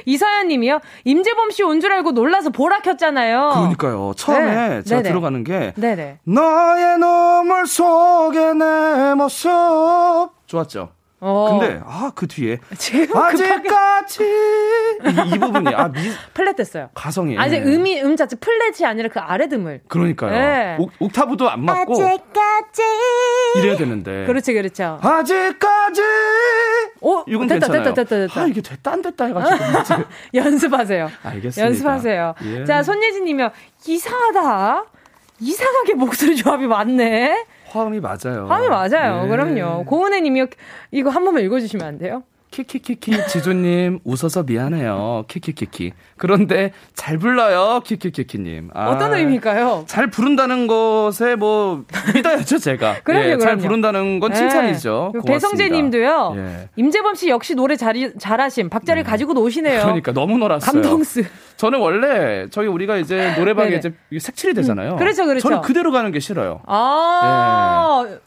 S1: 이서연 님이요. 임재범 씨 온 줄 알고 놀라서 보라 켰잖아요.
S6: 그러니까요. 처음에
S1: 어. 네.
S6: 제가
S1: 네네.
S6: 들어가는 게
S1: 네네.
S6: 너의 눈물 속에 내 모습 좋았죠.
S1: 어.
S6: 근데 아 그 뒤에
S1: 지금 급하게
S6: 아직까지 이, 이 부분이 아 미,
S1: *laughs* 플랫 됐어요.
S6: 가성이 예.
S1: 아직 음이, 음 자체 플랫이 아니라 그 아래 듬을.
S6: 그러니까요.
S1: 네.
S6: 옥, 옥타브도 안 맞고
S9: 아직까지
S6: 이래야 되는데
S1: 그렇지, 그렇죠.
S6: 아직까지
S1: 오,
S6: 아, 이건
S1: 됐다,
S6: 괜찮아요.
S1: 됐다, 됐다, 됐다.
S6: 아 이게 됐다 안 됐다
S1: *laughs*
S6: 해가지고 이제
S1: 연습하세요.
S6: 알겠습니다.
S1: 연습하세요.
S6: 예.
S1: 자, 손예진님이요. 이상하다. 이상하게 목소리 조합이 맞네.
S6: 화음이 맞아요.
S1: 화음이 맞아요.
S6: 예.
S1: 그럼요. 고은혜님이요. 이거 한 번만 읽어주시면 안 돼요?
S6: 키키키키 지조님 웃어서 미안해요 키키키키 그런데 잘 불러요 키키키키님 아,
S1: 어떤 의미일까요?
S6: 잘 부른다는 것에 뭐 믿어야죠 제가
S1: *laughs* 그럼요,
S6: 예, 잘
S1: 그럼요.
S6: 부른다는 건 칭찬이죠
S1: 네.
S6: 고맙습니다.
S1: 배성재님도요.
S6: 예.
S1: 임재범 씨 역시 노래 잘, 잘하심. 박자를 가지고 노시네요.
S6: 그러니까 너무 놀았어요
S1: 감동스.
S6: 저는 원래 저희 우리가 이제 노래방에
S1: 네네.
S6: 이제 이게 색칠이 되잖아요
S1: 그렇죠, 그렇죠.
S6: 저는 그대로 가는 게 싫어요
S1: 아, 오.
S6: 예.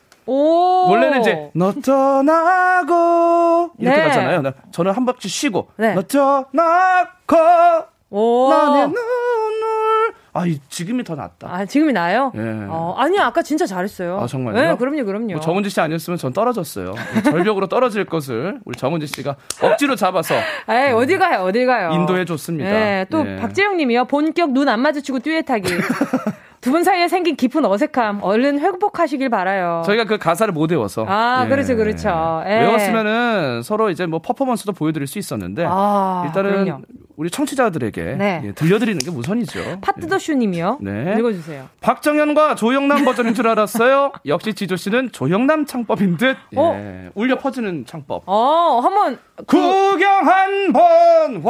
S6: 원래는 이제 너 떠나고 이렇게
S1: 네.
S6: 가잖아요 나- 저는 한 바퀴 쉬고
S1: 네.
S6: 너 떠나고
S1: 오.
S6: 나의 눈을 아 이, 지금이 더 낫다.
S1: 아, 지금이 나요?
S6: 예.
S1: 어, 아니요, 아까 진짜 잘했어요.
S6: 아, 정말요?
S1: 네, 그럼요, 그럼요.
S6: 뭐 정은지 씨 아니었으면 전 떨어졌어요. 절벽으로 떨어질 것을 우리 정은지 씨가 억지로 잡아서
S1: 에이, 어디 가요, 어디 가요.
S6: 인도해 줬습니다.
S1: 네, 또
S6: 예.
S1: 박재영 님이요. 본격 눈 안 마주치고
S6: *laughs*
S1: 듀엣하기. 두 분 사이에 생긴 깊은 어색함, 얼른 회복하시길 바라요.
S6: 저희가 그 가사를 못 외워서
S1: 아, 그렇죠, 그렇죠. 예.
S6: 외웠으면은 서로 이제 뭐 퍼포먼스도 보여드릴 수 있었는데
S1: 아,
S6: 일단은
S1: 그럼요.
S6: 우리 청취자들에게
S1: 네.
S6: 예, 들려드리는 게 우선이죠. 예.
S1: 파트더슈 님이요.
S6: 네.
S1: 읽어주세요.
S6: 박정현과 조영남 버전인 줄 알았어요. *laughs* 역시 지조 씨는 조영남 창법인 듯 예,
S1: 어?
S6: 울려 퍼지는 창법.
S1: 어, 한번
S6: 구경 한번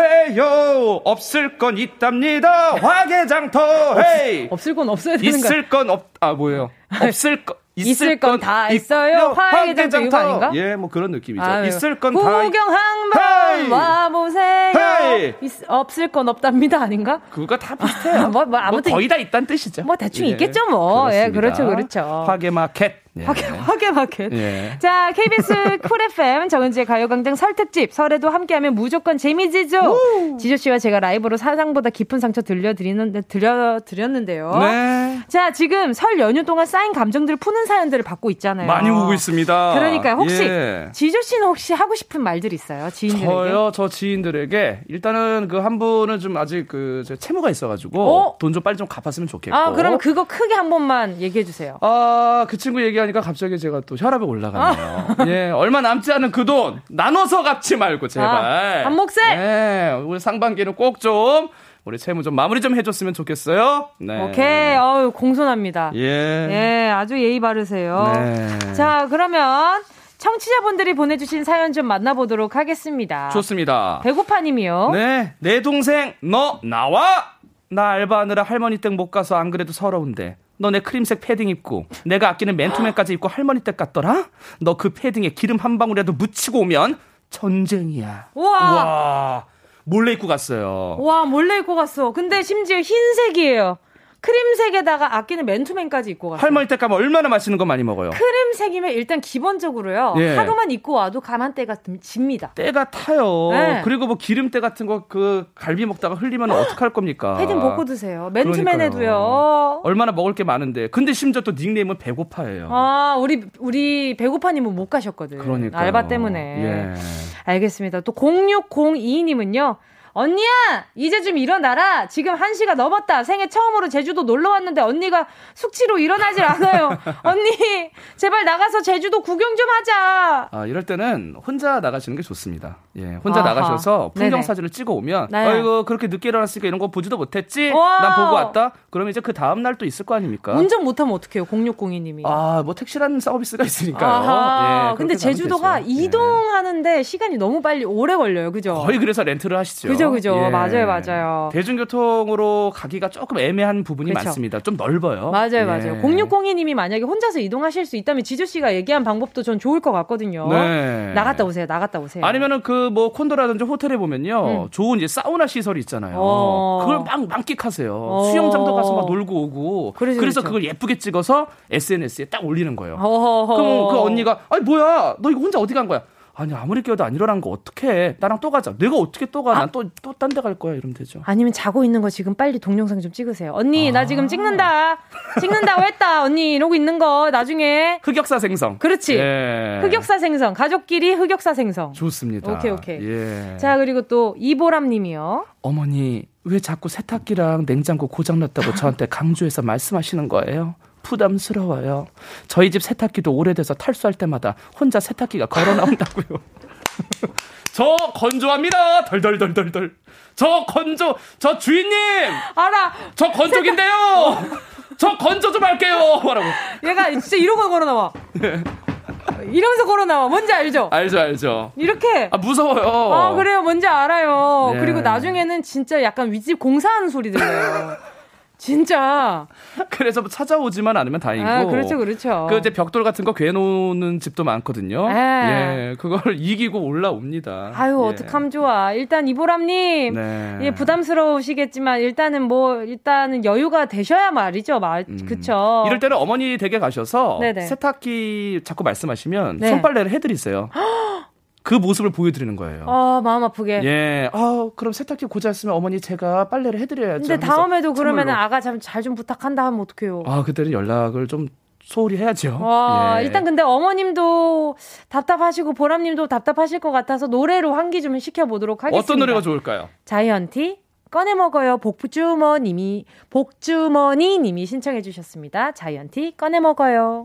S6: 와보세요. 없을 건 있답니다. 화개장터 헤이.
S1: 없을 건 없어야 되는 거.
S6: 있을 건 없, 아,
S1: *laughs*
S6: 뭐예요? 없을 건.
S1: 있을 건다 있어요.
S6: 있고요.
S1: 화개장터 이거 아닌가?
S6: 예, 뭐 그런 느낌이죠.
S1: 아유.
S6: 있을 건 다. 있-
S1: 구경 한번
S6: 헤이!
S1: 와보세요.
S6: 헤이!
S1: 있- 없을 건 없답니다, 아닌가?
S6: 그거 다 비슷해요.
S1: *laughs* 뭐, 뭐 아무튼
S6: 거의 다 있다는 뜻이죠.
S1: 뭐 대충 있겠죠, 뭐. 예,
S6: 예, 그렇습니다.
S1: 그렇죠, 그렇죠. *laughs*
S6: 화개마켓. 예.
S1: 화개, 화개마켓.
S6: 예.
S1: 자, KBS 쿨 FM 정은지의 가요광장 설특집 설에도 함께하면 무조건 재미지죠. 지조 씨와 제가 라이브로 사상보다 깊은 상처 들려드리는 들려 드렸는데요.
S6: 네.
S1: 자, 지금 설 연휴 동안 쌓인 감정들을 푸는 사연들을 받고 있잖아요.
S6: 많이 오고 있습니다.
S1: 네. 그러니까 혹시
S6: 예.
S1: 지조 씨는 혹시 하고 싶은 말들 있어요? 지인들에게?
S6: 저요, 저 지인들에게 일단은 그 한 분은 좀 아직 그 제가 채무가 있어가지고
S1: 어?
S6: 돈 좀 빨리 좀 갚았으면 좋겠고.
S1: 아, 그러면 그거 크게 한 번만 얘기해 주세요.
S6: 아, 그 친구 얘기하니까 갑자기 제가 또 혈압이 올라가네요. 예, 얼마 남지 않은 그 돈, 나눠서 갚지 말고, 제발.
S1: 아. 아, 한 몫에!
S6: 예, 우리 상반기는 꼭 좀, 우리 채무 좀 마무리 좀 해줬으면 좋겠어요. 네.
S1: 오케이. 어우, 공손합니다.
S6: 예.
S1: 예, 아주 예의 바르세요.
S6: 네.
S1: 자, 그러면 청취자분들이 보내주신 사연 좀 만나보도록 하겠습니다.
S6: 좋습니다.
S1: 배고파님이요.
S6: 네, 내 동생, 너, 나와! 나 알바하느라 할머니 댁 못 가서 안 그래도 서러운데. 너 내 크림색 패딩 입고, 내가 아끼는 맨투맨까지 입고 할머니 댁 갔더라? 너 그 패딩에 기름 한 방울이라도 묻히고 오면 전쟁이야.
S1: 우와.
S6: 우와. 몰래 입고 갔어요.
S1: 와 몰래 입고 갔어. 근데 심지어 흰색이에요. 크림색에다가 아끼는 맨투맨까지 입고 갔어.
S6: 할머니 댁 가면 얼마나 맛있는 거 많이 먹어요.
S1: 그 크림색이면 일단 기본적으로요.
S6: 예.
S1: 하루만 입고 와도 가만때가 좀 집니다.
S6: 때가 타요.
S1: 네.
S6: 그리고 뭐 기름때 같은 거 그 갈비 먹다가 흘리면 어떡할 겁니까?
S1: 패딩 벗고 드세요.
S6: 아, 그러니까요.
S1: 맨투맨에도요.
S6: 얼마나 먹을 게 많은데. 근데 심지어 또 닉네임은 배고파예요.
S1: 아 우리 우리 배고파님은 못 가셨거든.
S6: 그러니까
S1: 알바 때문에.
S6: 예.
S1: 알겠습니다. 또 0602님은요. 언니야, 이제 좀 일어나라. 지금 1시가 넘었다. 생애 처음으로 제주도 놀러 왔는데 언니가 숙취로 일어나질
S6: *laughs*
S1: 않아요. 언니, 제발 나가서 제주도 구경 좀 하자.
S6: 아 이럴 때는 혼자 나가시는 게 좋습니다. 예, 혼자
S1: 아하.
S6: 나가셔서
S1: 네네.
S6: 풍경 사진을 찍어 오면
S1: 네.
S6: 아이고 그렇게 늦게 일어났으니까 이런 거 보지도 못했지.
S1: 와우.
S6: 난 보고 왔다. 그러면 이제 그 다음 날 또 있을 거 아닙니까?
S1: 운전 못하면 어떡해요, 0602님이.
S6: 아뭐 택시라는 서비스가 있으니까요.
S1: 예. 아하.
S6: 예, 그렇게
S1: 근데
S6: 가면
S1: 제주도가
S6: 되죠. 예.
S1: 이동하는데 시간이 너무 빨리 오래 걸려요. 그죠?
S6: 거의 그래서 렌트를 하시죠.
S1: 그죠, 그죠. 맞아요, 맞아요.
S6: 대중교통으로 가기가 조금 애매한 부분이
S1: 그쵸.
S6: 많습니다. 좀 넓어요.
S1: 맞아요,
S6: 예.
S1: 맞아요. 0602님이 만약에 혼자서 이동하실 수 있다면 지조씨가 얘기한 방법도 전 좋을 것 같거든요.
S6: 네.
S1: 나갔다 오세요, 나갔다 오세요.
S6: 아니면은 그 뭐 콘도라든지 호텔에 보면요
S1: 음.
S6: 좋은 이제 사우나 시설이 있잖아요.
S1: 어.
S6: 그걸 막 만끽하세요.
S1: 어.
S6: 수영장도 가서 막 놀고 오고.
S1: 그렇죠,
S6: 그래서,
S1: 그렇죠.
S6: 그걸 예쁘게 찍어서 SNS에 딱 올리는 거예요.
S1: 어허허.
S6: 그럼 그 언니가 아니 뭐야 너 이거 혼자 어디 간 거야? 아니 아무리 깨워도 안 일어난 거 어떡해 나랑 또 가자 내가 어떻게 또 가
S1: 아.
S6: 난 또 또 딴 데 갈 거야 이러면 되죠
S1: 아니면 자고 있는 거 지금 빨리 동영상 좀 찍으세요.
S6: 아.
S1: 언니, 나 지금 찍는다. 찍는다고 했다. 언니, 이러고 있는 거 나중에.
S6: 흑역사 생성
S1: 그렇지.
S6: 예.
S1: 흑역사 생성. 가족끼리 흑역사 생성.
S6: 좋습니다
S1: 오케이, 오케이.
S6: 예.
S1: 자, 그리고 또 이보람 님이요.
S6: 어머니 왜 자꾸 세탁기랑 냉장고 고장났다고 저한테 강조해서 말씀하시는 거예요? 부담스러워요. 저희 집 세탁기도 오래돼서 탈수할 때마다 혼자 세탁기가 걸어 나온다고요. *laughs* 저 건조합니다. 덜덜덜덜덜. 저 건조 저 주인님
S1: 알아.
S6: 저 건조긴데요. 저 건조 좀 할게요. 뭐라고?
S1: 얘가 진짜 이러고 걸어 나와.
S6: 네.
S1: 이러면서 걸어 나와. 뭔지 알죠?
S6: 알죠 알죠.
S1: 이렇게.
S6: 아 무서워요.
S1: 아, 그래요. 뭔지 알아요.
S6: 예.
S1: 그리고 나중에는 진짜 약간 윗집 공사하는 소리 들려요. 진짜.
S6: 그래서 뭐 찾아오지만 않으면 다행이고.
S1: 아, 그렇죠, 그렇죠.
S6: 그 이제 벽돌 같은 거 괴놓는 집도 많거든요.
S1: 예.
S6: 예, 그걸 *laughs* 이기고 올라옵니다.
S1: 아유,
S6: 예.
S1: 어떡함 좋아. 일단 이보람님.
S6: 네.
S1: 예, 부담스러우시겠지만 일단은 뭐 일단은 여유가 되셔야 말이죠. 말 그쵸.
S6: 음. 이럴 때는 어머니 댁에 가셔서
S1: 네네.
S6: 세탁기 자꾸 말씀하시면
S1: 네. *gasps*
S6: 손빨래를 해드리세요. 그 모습을 보여드리는 거예요.
S1: 아 마음 아프게.
S6: 예, 아 그럼 세탁기 고장났으면 어머니 제가 빨래를 해드려야죠.
S1: 근데
S6: 하면서
S1: 다음에도 그러면
S6: 선물로.
S1: 아가 잘 좀 부탁한다 하면 어떡해요.
S6: 아 그때는 연락을 좀 소홀히 해야죠.
S1: 와,
S6: 예.
S1: 일단 근데 어머님도 답답하시고 보람님도 답답하실 것 같아서 노래로 환기 좀 시켜보도록 하겠습니다.
S6: 어떤 노래가 좋을까요?
S1: 자이언티 꺼내 먹어요 복주머님이 복주머니님이 신청해 주셨습니다. 자이언티 꺼내 먹어요.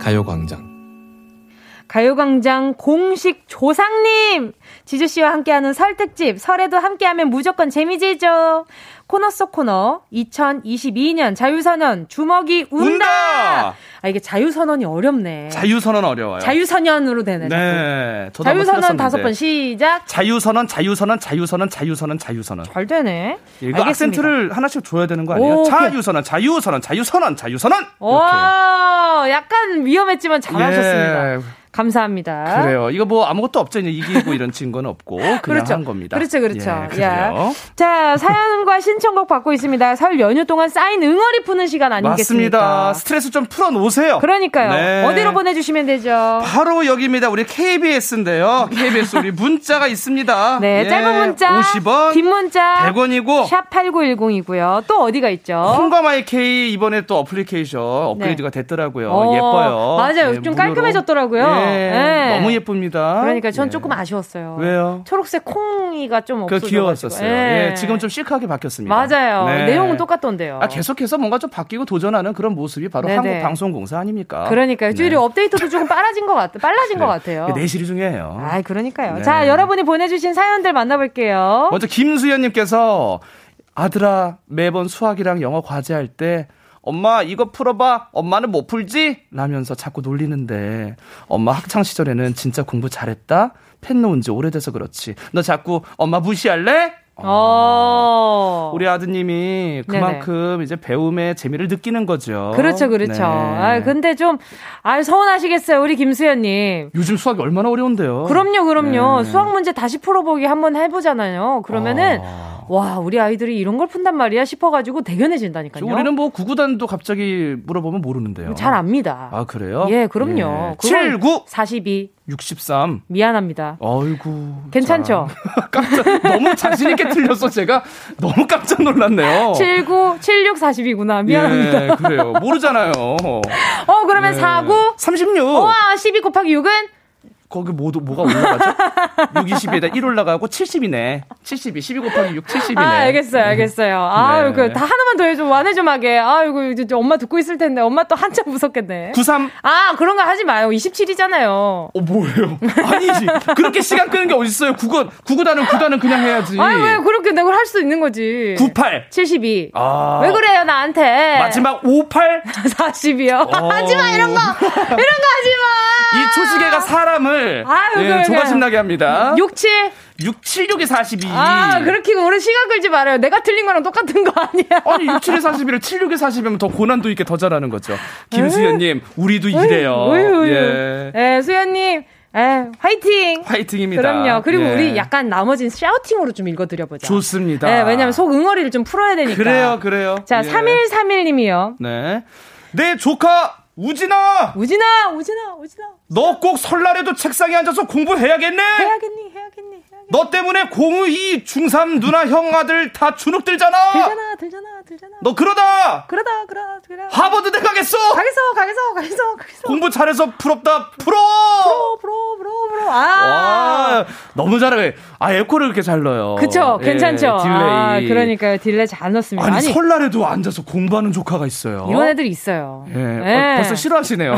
S2: 가요광장.
S1: 가요광장 공식 조상님! 지주씨와 함께하는 설특집, 설에도 함께하면 무조건 재미지죠. 코너 속 코너, 2022년 자유선언, 주먹이 운다!
S6: 운다!
S1: 아, 이게 자유선언이 어렵네.
S6: 자유선언 어려워요.
S1: 자유선언으로 되네.
S6: 네. 저도 한번
S1: 자유선언
S6: 틀렸었는데.
S1: 다섯 번 시작.
S6: 자유선언, 자유선언, 자유선언, 자유선언, 자유선언. 예,
S1: 잘 되네.
S6: 이거 악센트를 하나씩 줘야 되는 거 아니에요?
S1: 오,
S6: 자유선언, 자유선언, 자유선언, 자유선언.
S1: 와, 약간 위험했지만 잘하셨습니다.
S6: 예.
S1: 감사합니다.
S6: 그래요. 이거 뭐 아무것도 없죠. 이제 이기고 이런 증거는 없고 그냥
S1: 그렇죠.
S6: 한 겁니다.
S1: 그렇죠, 그렇죠.
S6: 예, 그래요.
S1: 자, 사연과 신청곡 받고 있습니다. 설 연휴 동안 쌓인 응어리 푸는 시간 아니겠습니까?
S6: 맞습니다. 스트레스 좀 풀어놓으세요.
S1: 그러니까요.
S6: 네.
S1: 어디로 보내주시면 되죠?
S6: 바로 여기입니다. 우리 KBS인데요. KBS 우리 문자가 있습니다.
S1: *laughs* 네,
S6: 예,
S1: 짧은 문자,
S6: 50원,
S1: 긴 문자,
S6: 100원이고
S1: 샵 8910이고요. 또 어디가 있죠?
S6: 콩과 마이케이 이번에 또 어플리케이션 업그레이드가 됐더라고요.
S1: 어,
S6: 예뻐요.
S1: 맞아요.
S6: 예,
S1: 좀
S6: 무료로.
S1: 깔끔해졌더라고요.
S6: 예,
S1: 예.
S6: 너무 예쁩니다.
S1: 그러니까 전
S6: 예.
S1: 조금 아쉬웠어요.
S6: 왜요?
S1: 초록색 콩이가 좀
S6: 그
S1: 없어져.
S6: 귀여웠었어요. 예, 지금 좀 실크하게 바뀌었습니다.
S1: 맞아요.
S6: 네.
S1: 내용은 똑같던데요.
S6: 아, 계속해서 뭔가 좀 바뀌고 도전하는 그런 모습이 바로
S1: 네네.
S6: 한국방송공사 아닙니까?
S1: 그러니까요.
S6: 네.
S1: 주일이 업데이트도 조금 빨라진 것 같, 빨라진 것 같아요.
S6: 네, 내실이 중요해요.
S1: 아, 그러니까요.
S6: 네.
S1: 자, 여러분이 보내주신 사연들 만나볼게요.
S6: 먼저 김수연님께서 아들아 매번 수학이랑 영어 과제할 때 엄마 이거 풀어봐 엄마는 못 풀지 라면서 자꾸 놀리는데 엄마 학창 시절에는 진짜 공부 잘했다 펜 놓은 지 오래돼서 그렇지 너 자꾸 엄마 무시할래?
S1: 어.
S6: 우리 아드님이 그만큼 이제 배움의 재미를 느끼는 거죠.
S1: 그렇죠, 그렇죠.
S6: 네.
S1: 아, 근데 좀, 아, 서운하시겠어요, 우리 김수현님.
S6: 요즘 수학이 얼마나 어려운데요.
S1: 그럼요, 그럼요.
S6: 네.
S1: 수학 문제 다시 풀어보기 한번 해보잖아요. 그러면은,
S6: 아.
S1: 와, 우리 아이들이 이런 걸 푼단 말이야 싶어가지고 대견해진다니까요.
S6: 우리는 뭐 구구단도 갑자기 물어보면 모르는데요.
S1: 잘 압니다.
S6: 아 그래요?
S1: 예, 그럼요. 그건
S6: 예. 79
S1: 42.
S6: 63
S1: 미안합니다.
S6: 아이고.
S1: 괜찮죠?
S6: 어, 자, *laughs* 깜짝, 너무 자신있게 틀렸어, 제가. 너무 깜짝 놀랐네요.
S1: 79, 76, 42구나. 미안합니다.
S6: 예, 그래요. 모르잖아요.
S1: 어, 그러면
S6: 예. 어.
S1: 49?
S6: 36!
S1: 우와, 12 곱하기 6은?
S6: 거기 뭐, 뭐가 올라가죠? 6, 20에다 1 올라가고 70이네. 72, 12 곱하기 6, 70이네. 네.
S1: 아, 알겠어요, 알겠어요. 아유, 그, 다 하나만 더 해줘. 완해좀하게. 아유, 이거 진짜 엄마 듣고 있을 텐데. 엄마 또 한참 무섭겠네.
S6: 93.
S1: 아, 그런 거 하지 마요. 27이잖아요.
S6: 어, 뭐예요? 아니지. 그렇게 시간 끄는 게 어딨어요. 9건, 9구단은 9단은 그냥 해야지.
S1: 아유, 왜 그렇게 내가 할 수 있는 거지.
S6: 98.
S1: 72.
S6: 아.
S1: 왜 그래요, 나한테? *laughs*
S6: 마지막 58.
S1: 40이요. 하지 마, 이런 거! 이런 거 하지
S6: 이 초시계가 사람을
S1: 아유, 그래, 그래.
S6: 예, 조바심 나게 합니다.
S1: 마! 67?
S6: 6, 7, 6이 42.
S1: 아, 그렇게 오래 시간 끌지 말아요. 내가 틀린 거랑 똑같은 거 아니야.
S6: 아니 67에 41을 76에 40이면 더 고난도 있게 더 잘하는 거죠. 김수현님
S1: *laughs*
S6: 우리도 이래요.
S1: 어휴, 어휴.
S6: 예.
S1: 예, 수현님, 예, 화이팅!
S6: 화이팅입니다.
S1: 그럼요. 그리고
S6: 예.
S1: 우리 약간 나머진 샤우팅으로 좀 읽어드려보자.
S6: 좋습니다.
S1: 네, 왜냐면 속 응어리를 좀 풀어야 되니까.
S6: 그래요, 그래요.
S1: 자,
S6: 예.
S1: 3131님이요.
S6: 네. 내 조카 우진아,
S1: 우진아, 우진아, 우진아.
S6: 너 꼭 설날에도 책상에 앉아서 공부해야겠네.
S1: 해야겠니, 해야겠니, 해야겠니.
S6: 너 때문에 공우 이 중3 누나 형 아들 다 주눅 들잖아.
S1: 들잖아, 들잖아, 들잖아.
S6: 너 그러다
S1: 그러다, 아, 그러다, 그래.
S6: 하버드대 가겠어.
S1: 가겠어, 가겠어, 가겠어, 가겠어.
S6: 공부 잘해서 부럽다. 부러.
S1: 부러워, 부러워, 부러워, 부러워. 아.
S6: 와, 너무 잘해. 아, 에코를 이렇게 잘 넣어요.
S1: 그쵸,
S6: 예,
S1: 괜찮죠.
S6: 딜레이.
S1: 아, 그러니까요. 딜레이 잘 넣었습니다.
S6: 아니,
S1: 아니,
S6: 설날에도 앉아서 공부하는 조카가 있어요.
S1: 이런 애들 있어요.
S6: 예, 어, 벌써
S1: *laughs*
S6: 싫어하시네요.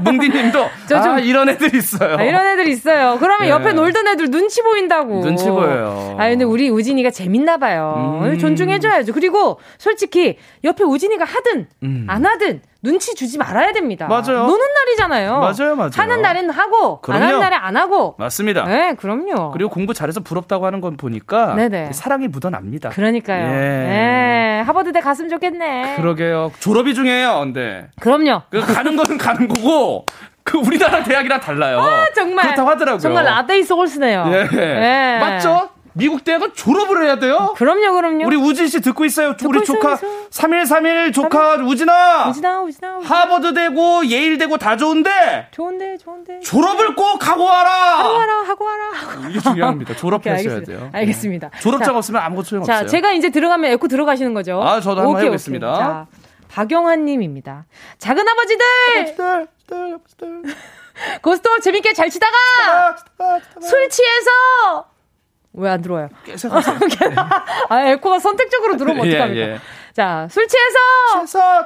S6: 뭉디님도
S1: 저 좀-
S6: 아, 이런 애들 있어요.
S1: 아, 이런 애들 있어요. 그러면
S6: 예.
S1: 옆에 놀던 애들 눈치 보인다고.
S6: 눈치 보여요.
S1: 아, 근데 우리 우진이가 재밌나 봐요.
S6: 음.
S1: 존중해줘야죠. 그리고 솔직히 옆에 우진이가 하든 안 하든 눈치 주지 말아야 됩니다.
S6: 음. 맞아요.
S1: 노는 날이잖아요.
S6: 맞아요, 맞아요.
S1: 하는 날엔 하고 안 하는
S6: 그럼요.
S1: 날엔 안 하고.
S6: 맞습니다.
S1: 네, 그럼요.
S6: 그리고 공부 잘해서 부럽다고 하는 건 보니까
S1: 네네.
S6: 사랑이 묻어납니다.
S1: 그러니까요.
S6: 예.
S1: 네, 하버드대 갔으면 좋겠네.
S6: 그러게요. 졸업이 중요해요, 근데.
S1: 럼요
S6: 그 가는 거는 가는 거고, 그 우리나라 대학이랑 달라요.
S1: 아, 정말
S6: 어, 그렇다고 하더라고요.
S1: 정말 라데이스 홀스네요.
S6: 예.
S1: 예.
S6: 맞죠? 미국 대학은 졸업을 해야 돼요?
S1: 그럼요, 그럼요.
S6: 우리 우진 씨 듣고 있어요. 우리
S1: 있어요,
S6: 조카
S1: 있어요.
S6: 3131 조카 우진아.
S1: 우진아, 우진아, 우진아.
S6: 하버드 되고 예일 되고 다 좋은데
S1: 좋은데, 좋은데.
S6: 졸업을 꼭 하고 와라.
S1: 하고 와라, 하고 와라, 하고 와라.
S6: 이게 중요합니다.
S1: 오케이,
S6: 졸업하셔야
S1: 알겠습니다.
S6: 돼요.
S1: 알겠습니다.
S6: 네. 졸업장
S1: 자,
S6: 없으면 아무것도 소용없어요.
S1: 자, 제가 이제 들어가면 에코 들어가시는 거죠?
S6: 아, 저도 한번
S1: 오케이,
S6: 해보겠습니다.
S1: 오케이. 자, 박영환 님입니다. 작은 아버지들! 고스톱 재밌게 잘 치다가! 술 취해서! 왜 안 들어와요? *laughs* 아, 에코가 선택적으로 들어오면
S6: 예,
S1: 어떡합니까?
S6: 예.
S1: 자, 술 취해서!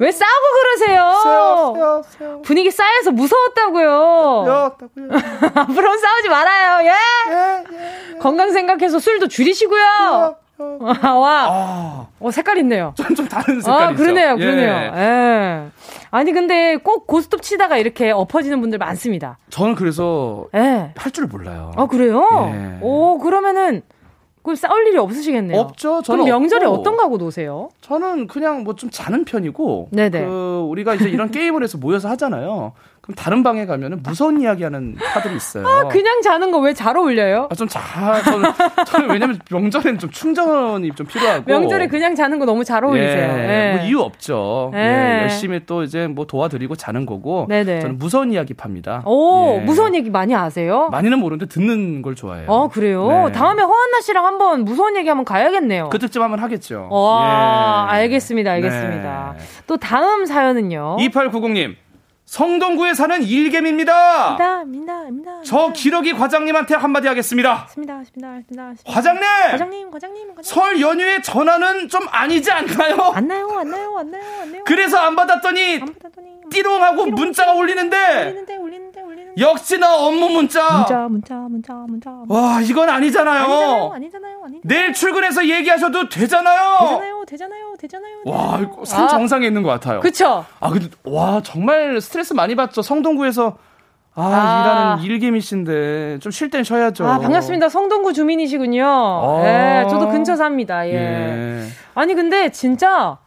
S1: 왜 싸우고 그러세요? 분위기 쌓여서 무서웠다고요. *laughs*
S6: 예,
S1: 앞으로는 싸우지 말아요. 예? 건강 생각해서 술도 줄이시고요. *laughs* 와. 어, 색깔 있네요.
S6: 아, 좀, 좀 다른
S1: 아,
S6: 색깔이죠.
S1: 그러네요,
S6: 예.
S1: 그러네요. 예. 아니, 근데 꼭 고스톱 치다가 이렇게 엎어지는 분들 많습니다.
S6: 저는 그래서
S1: 예.
S6: 할 줄 몰라요.
S1: 아, 그래요?
S6: 예.
S1: 오, 그러면은, 그 싸울 일이 없으시겠네요.
S6: 없죠. 저는
S1: 그럼 명절에
S6: 없고.
S1: 어떤 가구 노세요?
S6: 저는 그냥 뭐 좀 자는 편이고
S1: 네네.
S6: 그 우리가 이제 이런 게임을 해서 모여서 하잖아요. 그럼 다른 방에 가면은 무서운 이야기하는 카들이 있어요.
S1: 아, 그냥 자는 거 왜 잘 어울려요?
S6: 아, 좀 자, 저는, 저는 왜냐면 명절엔 좀 충전이 좀 필요하고.
S1: 명절에 그냥 자는 거 너무 잘 어울리세요.
S6: 예,
S1: 예.
S6: 뭐 이유 없죠. 예,
S1: 예.
S6: 열심히 또 이제 뭐 도와드리고 자는 거고.
S1: 네네.
S6: 저는 무서운 이야기 팝니다.
S1: 오,
S6: 예.
S1: 무서운 얘기 많이 아세요?
S6: 많이는 모르는데 듣는 걸 좋아해요.
S1: 어, 그래요?
S6: 네.
S1: 다음에 허한나 씨랑 한번 무서운 얘기 한번 가야겠네요.
S6: 그때쯤 하면 하겠죠.
S1: 와,
S6: 예.
S1: 알겠습니다, 알겠습니다.
S6: 네.
S1: 또 다음 사연은요.
S6: 어? 2890님. 성동구에 사는 일겜입니다.
S1: 입니다, 입니다, 입니다.
S6: 저 기러기 과장님한테 한마디 하겠습니다.
S1: 입니다, 입니다, 입니다.
S6: 과장님!
S1: 과장님, 과장님, 과장님.
S6: 설 연휴에 전화는 좀 아니지 않나요?
S1: 안 나요, 안 나요, 안 나요, 안 나요.
S6: 그래서 안 받았더니
S1: 안 받았더니
S6: 띠롱하고 문자가 올리는데
S1: 울리는데, 울리는데, 울리는데.
S6: 역시나 업무 문자.
S1: 문자, 문자, 문자, 문자.
S6: 와 이건 아니잖아요.
S1: 아니잖아요, 아니잖아요, 아니잖아요.
S6: 내일 출근해서 얘기하셔도 되잖아요.
S1: 되잖아요, 되잖아요, 되잖아요.
S6: 와
S1: 되잖아요.
S6: 이거 산 정상에 있는 것 같아요.
S1: 아, 그쵸?
S6: 아 근데 와 정말 스트레스 많이 받죠. 성동구에서 아,
S1: 아.
S6: 일하는 일개미 씨인데 좀 쉴 땐 쉬어야죠.
S1: 아, 반갑습니다. 성동구 주민이시군요.
S6: 아.
S1: 예, 저도 근처 삽니다.
S6: 예.
S1: 예. 아니 근데 진짜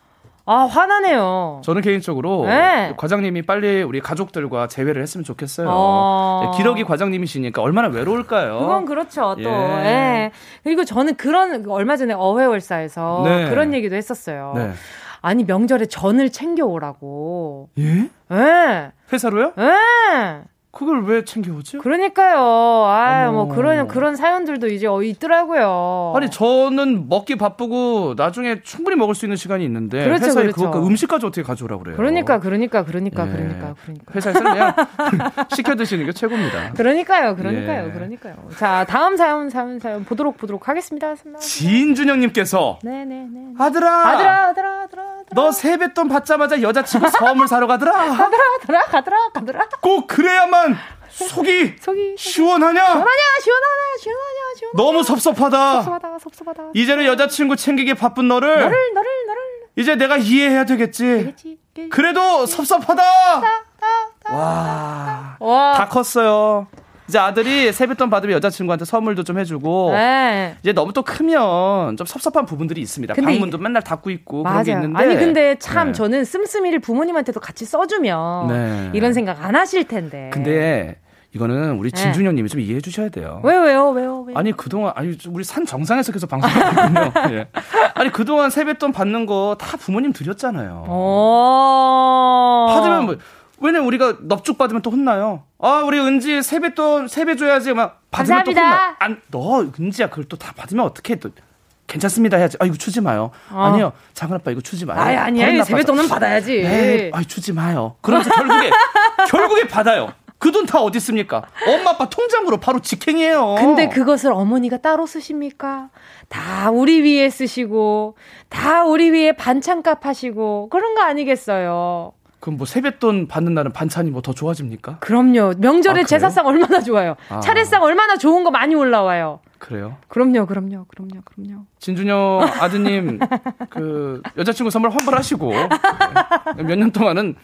S1: 아 화나네요.
S6: 저는 개인적으로
S1: 네.
S6: 과장님이 빨리 우리 가족들과 재회를 했으면 좋겠어요.
S1: 어.
S6: 예, 기러기 과장님이시니까 얼마나 외로울까요?
S1: 그건 그렇죠. 또
S6: 예.
S1: 예. 그리고 저는 그런 얼마 전에 어회월사에서
S6: 네.
S1: 그런 얘기도 했었어요.
S6: 네.
S1: 아니 명절에 전을 챙겨 오라고.
S6: 예?
S1: 예.
S6: 회사로요?
S1: 예.
S6: 그걸 왜 챙겨오지?
S1: 그러니까요. 아, 뭐
S6: 어머.
S1: 그런 그런 사연들도 이제 어 있더라고요.
S6: 아니 저는 먹기 바쁘고 나중에 충분히 먹을 수 있는 시간이 있는데
S1: 그렇죠,
S6: 회사에
S1: 그렇죠.
S6: 그것까 음식까지 어떻게 가져오라 그래요?
S1: 그러니까 그러니까 그러니까
S6: 예.
S1: 그러니까 그러니까.
S6: 회사에서 그냥 *laughs* 시켜 드시는 게
S1: *laughs*
S6: 최고입니다.
S1: 그러니까요, 그러니까요,
S6: 예.
S1: 그러니까요. 자, 다음 사연, 사연, 사연 보도록 보도록 하겠습니다.
S6: 지인준영님께서
S1: 네네네.
S6: 아들아,
S1: 아들아, 아들아, 아들아, 아들아.
S6: 너 세뱃돈 받자마자 여자친구 선물 사러 가더라.
S1: 가더라 가더라 가더라
S6: 꼭 그래야만 속이
S1: 속이
S6: 시원하냐?
S1: 시원하냐 시원하냐 시원하냐 시원
S6: 너무 섭섭하다.
S1: 섭섭하다 섭섭하다
S6: 이제는 여자친구 챙기기 바쁜 너를,
S1: 너를 너를 너를
S6: 이제 내가 이해해야 되겠지.
S1: 그치 그치.
S6: 그래도 섭섭하다. 와. 아, 다
S1: 와
S6: 컸어요. 이제 아들이 세뱃돈 받으면 여자친구한테 선물도 좀 해주고
S1: 네.
S6: 이제 너무 또 크면 좀 섭섭한 부분들이 있습니다.
S1: 근데
S6: 방문도 맨날 닫고 있고 뭐 그런 게
S1: 맞아요.
S6: 있는데
S1: 아니 근데 참
S6: 네.
S1: 저는 씀씀이를 부모님한테도 같이 써주면
S6: 네.
S1: 이런 생각 안 하실 텐데.
S6: 근데 이거는 우리
S1: 네.
S6: 진준현님이 좀 이해해 주셔야 돼요.
S1: 왜 왜요 왜요 왜요?
S6: 어. 아니 그동안 아니 좀 우리 산 정상에서 계속
S1: *laughs*
S6: 방송하거든요. 예. 아니 그동안 세뱃돈 받는 거 다 부모님 드렸잖아요.
S1: 어.
S6: 받으면 뭐 왜냐면 우리가 넙죽 받으면 또 혼나요. 아 우리 은지 세뱃돈 세배 줘야지 막 받으면
S9: 감사합니다.
S6: 또 혼나. 안너 은지야 그걸 또 다 받으면 어떻게 또 괜찮습니다 해야지. 아 이거 주지 마요. 아니요 작은 아빠 이거 주지 마요.
S1: 어. 아니
S6: 버릇
S1: 아니야
S6: 나빠서.
S1: 세뱃돈은 받아야지.
S6: 에이, 네. 아이 주지 마요. 그러면서 결국에
S1: *laughs*
S6: 결국에 받아요. 그 돈 다 어디 있습니까? 엄마 아빠 통장으로 바로 직행이에요.
S1: 근데 그것을 어머니가 따로 쓰십니까? 다 우리 위에 쓰시고, 다 우리 위에 반찬값 하시고, 그런 거 아니겠어요?
S6: 그럼 뭐 세뱃돈 받는 날은 반찬이 뭐 더 좋아집니까?
S1: 그럼요. 명절에
S6: 아, 그래요?
S1: 제사상 얼마나 좋아요.
S6: 아.
S1: 차례상 얼마나 좋은 거 많이 올라와요.
S6: 그래요.
S1: 그럼요, 그럼요, 그럼요, 그럼요.
S6: 진준영 아드님 그 여자친구 선물 환불하시고 몇 년 동안은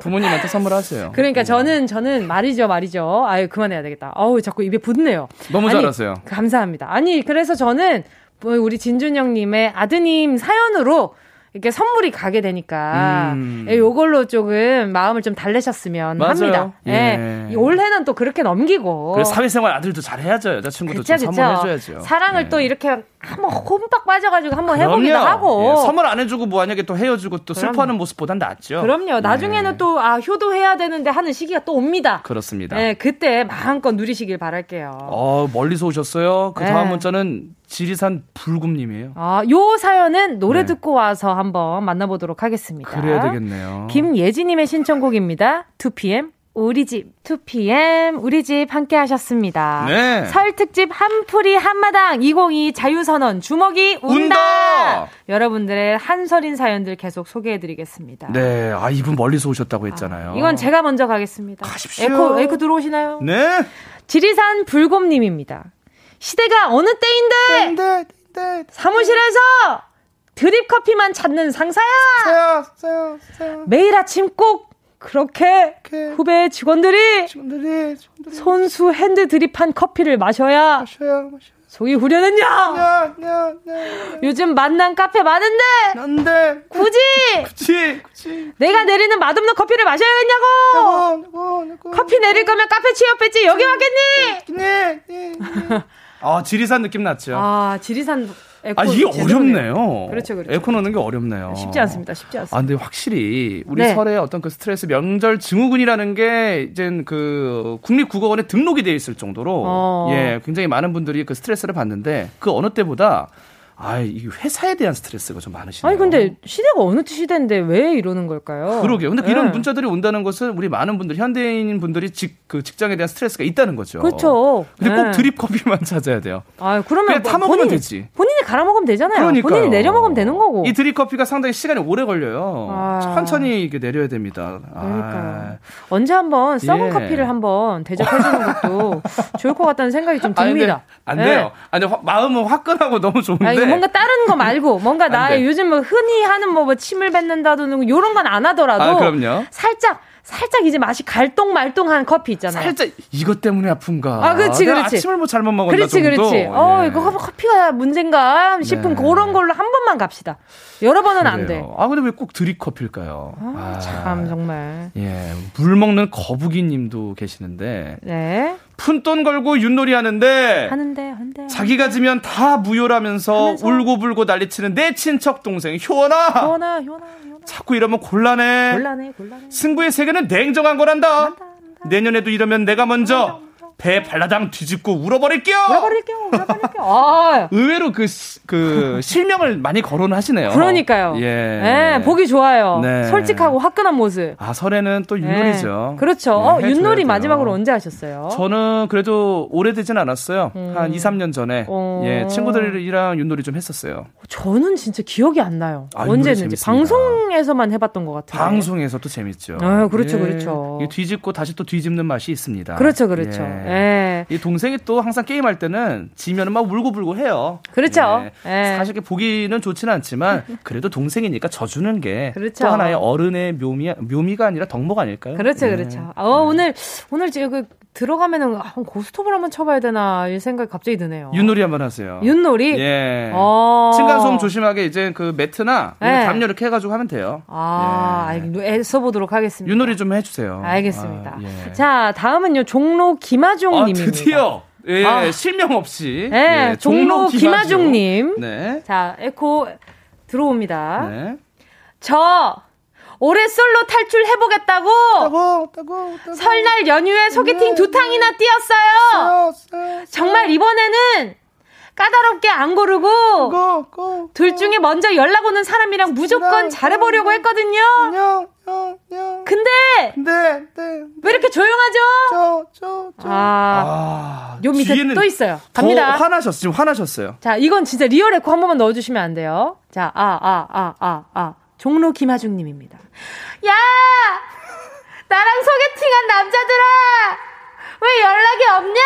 S6: 부모님한테 선물하세요.
S1: 그러니까 저는, 저는 말이죠, 말이죠. 아유, 그만해야 되겠다. 어우, 자꾸 입에 붙네요.
S6: 너무
S1: 아니,
S6: 잘하세요.
S1: 감사합니다. 아니, 그래서 저는 뭐 우리 진준영님의 아드님 사연으로 이렇게 선물이 가게 되니까
S6: 음.
S1: 예, 요걸로 조금 마음을 좀 달래셨으면
S6: 맞아요.
S1: 합니다. 예.
S6: 예.
S1: 이 올해는 또 그렇게 넘기고.
S6: 그래서 사회생활 아들도 잘해야죠. 여자친구도
S1: 그쵸,
S6: 좀
S1: 그쵸.
S6: 선물해줘야죠.
S1: 사랑을
S6: 예.
S1: 또 이렇게 한번 홈빡 빠져가지고 한번
S6: 그럼요.
S1: 해보기도 하고.
S6: 예, 선물 안 해주고 만약에 또 헤어지고 또 슬퍼하는 모습보단 낫죠.
S1: 그럼요. 나중에는
S6: 예.
S1: 또, 아, 효도해야 되는데 하는 시기가 또 옵니다.
S6: 그렇습니다.
S1: 예, 그때 마음껏 누리시길 바랄게요.
S6: 어 멀리서 오셨어요. 그 다음
S1: 예.
S6: 문자는 지리산 불금님이에요.
S1: 아, 요 사연은 노래
S6: 네.
S1: 듣고 와서 한번 만나보도록 하겠습니다.
S6: 그래야 되겠네요.
S1: 김예지님의 신청곡입니다. 2PM 우리 집 2PM 우리 집 함께 하셨습니다.
S6: 네.
S1: 설 특집 한풀이 한마당 2022 자유선언 주먹이 운다.
S6: 운다!
S1: 여러분들의 한설인 사연들 계속 소개해드리겠습니다.
S6: 네, 아 이분 멀리서 오셨다고 했잖아요.
S1: 이건 제가 먼저 가겠습니다.
S6: 가십시오.
S1: 에코 에코 들어오시나요?
S6: 네.
S1: 지리산 불곰님입니다. 시대가 어느 때인데 때 사무실에서 드립 커피만 찾는 상사야.
S6: 사요, 사요, 사요.
S1: 매일 아침 꼭 그렇게 후배 직원들이,
S6: 직원들이, 직원들이
S1: 손수 핸드 드립한 커피를 마셔야
S6: 마셔요, 마셔요.
S1: 속이 후련했냐?
S6: 야, 야, 야.
S1: 요즘 만난 카페 많은데
S6: 난데
S1: 굳이
S6: 굳이 굳이
S1: 내가 내리는 맛없는 커피를 마셔야겠냐고.
S6: 어, 어, 어.
S1: 커피 내릴 거면 카페 취업했지 여기 왔겠니?
S6: 네, 네, 네. 아 지리산 느낌 났죠. 아,
S1: 아 지리산 에코.
S6: 이게
S1: 제대로네요.
S6: 어렵네요.
S1: 그렇죠, 그렇죠.
S6: 에코 넣는 게 어렵네요.
S1: 쉽지 않습니다. 쉽지 않습니다.
S6: 아, 근데 확실히 우리
S1: 네.
S6: 설에 어떤 그 스트레스 명절 증후군이라는 게 이젠 그 국립국어원에 등록이 돼 있을 정도로
S1: 어.
S6: 예 굉장히 많은 분들이 그 스트레스를 받는데 그 어느 때보다 아이 회사에 대한 스트레스가 좀 많으시네요.
S1: 아니 근데 시대가 어느 시대인데 왜 이러는 걸까요?
S6: 그러게요. 근데 이런
S1: 네.
S6: 문자들이 온다는 것은 우리 많은 분들 현대인 분들이 직 그 직장에 대한 스트레스가 있다는 거죠.
S1: 그렇죠.
S6: 근데
S1: 네.
S6: 꼭 드립 커피만 *laughs* 찾아야 돼요.
S1: 아 그러면
S6: 그냥
S1: 뭐
S6: 타 먹으면
S1: 본인이-
S6: 되지.
S1: 본인이 갈아 먹으면 되잖아요.
S6: 그러니까
S1: 본인이 내려 먹으면 되는 거고.
S6: 이 드립 커피가 상당히 시간이 오래 걸려요.
S1: 아.
S6: 천천히 이게 내려야 됩니다. 아.
S1: 그러니까요. 언제 한번 썩은
S6: 예.
S1: 커피를 한번 대접해 주는
S6: *laughs*
S1: 것도 좋을 것 같다는 생각이 좀
S6: 아니, 근데
S1: 듭니다.
S6: 안
S1: 예.
S6: 돼요. 아니 화- 마음은 화끈하고 너무 좋은데.
S1: 아, 이거 뭔가 다른 거 말고
S6: *laughs*
S1: 뭔가 나
S6: 돼.
S1: 요즘 뭐 흔히 하는 뭐, 뭐 침을 뱉는다든지 요런 건 안 하더라도
S6: 아, 그럼요.
S1: 살짝 살짝 이제 맛이 갈똥말똥한 커피 있잖아요.
S6: 살짝 이것 때문에 아픈가.
S1: 아, 그렇지,
S6: 내가
S1: 그렇지.
S6: 아침을 뭐 잘못 먹었나
S1: 그렇지,
S6: 정도.
S1: 그렇지. 어,
S6: 예.
S1: 이거 커피- 커피가 문제인가 싶은
S6: 네.
S1: 그런 걸로 한 번만 갑시다. 여러 번은 안 돼.
S6: 그래요. 아 근데 왜 꼭 드립 커피일까요? 아,
S1: 참, 정말.
S6: 예, 물 먹는 거북이님도 계시는데
S1: 네.
S6: 푼돈 걸고 윷놀이 하는데
S1: 하는데, 하는데.
S6: 자기가 지면 다 무효라면서
S1: 하면서. 어.
S6: 울고불고 난리치는 내 친척 동생 효원아
S1: 효나, 효나, 효나.
S6: 자꾸 이러면 곤란해.
S1: 곤란해, 곤란해.
S6: 승부의 세계는 냉정한 거란다. 내년에도 이러면 내가 먼저 배 발라당 뒤집고 울어버릴게요.
S1: 울어버릴게요, 울어버릴게요. 아,
S6: 의외로 그, 시-
S1: *laughs*
S6: 그 실명을 많이 거론하시네요.
S1: 그러니까요.
S6: 예.
S1: 네, 보기 좋아요.
S6: 네.
S1: 솔직하고 화끈한 모습.
S6: 아 설에는 또 윷놀이죠.
S1: 네. 그렇죠.
S6: 네,
S1: 어,
S6: 해줘야
S1: 윷놀이
S6: 돼요.
S1: 마지막으로 언제 하셨어요?
S6: 저는 그래도 오래되진 않았어요. 한 2, 3년 전에.
S1: 음. 어.
S6: 예, 친구들이랑 윷놀이 좀 했었어요.
S1: 저는 진짜 기억이 안 나요.
S6: 아, 윷놀이
S1: 언제였는지.
S6: 재밌습니다.
S1: 방송에서만 해봤던 것 같아요.
S6: 방송에서 또 재밌죠. 예.
S1: 아, 그렇죠, 그렇죠.
S6: 이게 뒤집고 다시 또 뒤집는 맛이 있습니다.
S1: 그렇죠, 그렇죠. 예.
S6: 이 동생이 또 항상 게임할 때는 지면은 막 울고불고 해요. 네.
S1: 그렇죠. 예.
S6: 사실 이렇게 보기는 좋지는 않지만
S1: *laughs*
S6: 그래도 동생이니까 져주는 게 또
S1: 그렇죠.
S6: 하나의 어른의 묘미, 묘미가 아니라 덕목 아닐까요?
S1: 그렇죠,
S6: 예.
S1: 그렇죠. 어, 오늘, 오늘 지금 그 들어가면은 아, 고스톱을 한번 쳐봐야 되나, 이 생각이 갑자기 드네요.
S6: 윷놀이 한번 하세요.
S1: 윷놀이?
S6: 예.
S1: 어.
S6: 층간소음 조심하게 이제 그 매트나
S1: 예.
S6: 담요 이렇게 해가지고 하면 돼요.
S1: 아,
S6: 예.
S1: 알- 애써 보도록 하겠습니다.
S6: 윷놀이 좀 해주세요.
S1: 알겠습니다.
S6: 아, 예.
S1: 자, 다음은요, 종로
S6: 아,
S1: 김아중님입니다.
S6: 드디어 예,
S1: 아.
S6: 실명 없이 예,
S1: 네, 종로 김아중님.
S6: 네.
S1: 자, 에코 들어옵니다.
S6: 네.
S1: 저 올해 솔로 탈출 해보겠다고
S6: 따고 네. 따고 따고
S1: 설날 연휴에 소개팅 두 탕이나 뛰었어요.
S6: 네.
S1: 정말 이번에는 까다롭게 안 고르고
S6: 고고
S1: 둘 중에 먼저 연락 오는 사람이랑 무조건 잘해보려고 했거든요.
S6: 영영영
S1: 근데
S6: 근데 근데
S1: 왜 이렇게 조용하죠?
S6: 음. 저저
S1: 아,
S6: 아,
S1: 요 밑에
S6: 뒤에는
S1: 또 있어요.
S6: 더
S1: 갑니다.
S6: 화나셨어. 지금 화나셨어요.
S1: 자, 이건 진짜 리얼 에코 한 번만 넣어주시면 안 돼요. 자, 아, 아, 아, 아, 아. 종로 김하중님입니다. 야! 나랑 소개팅한 남자들아! 왜 연락이 없냐?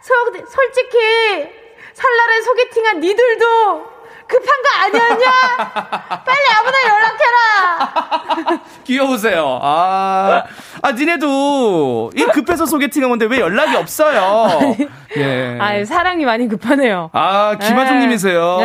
S1: 소- 솔직히, 설날에 소개팅한 니들도 급한 거
S6: *laughs*
S1: 아니었냐? 빨리 아무나 연락해라!
S6: 귀여우세요. 아, 아 니네도 이 급해서 소개팅한 건데 왜 연락이 없어요? 예.
S1: 아, 사랑이 많이 급하네요.
S6: 아, 김하중님이세요.
S1: 네.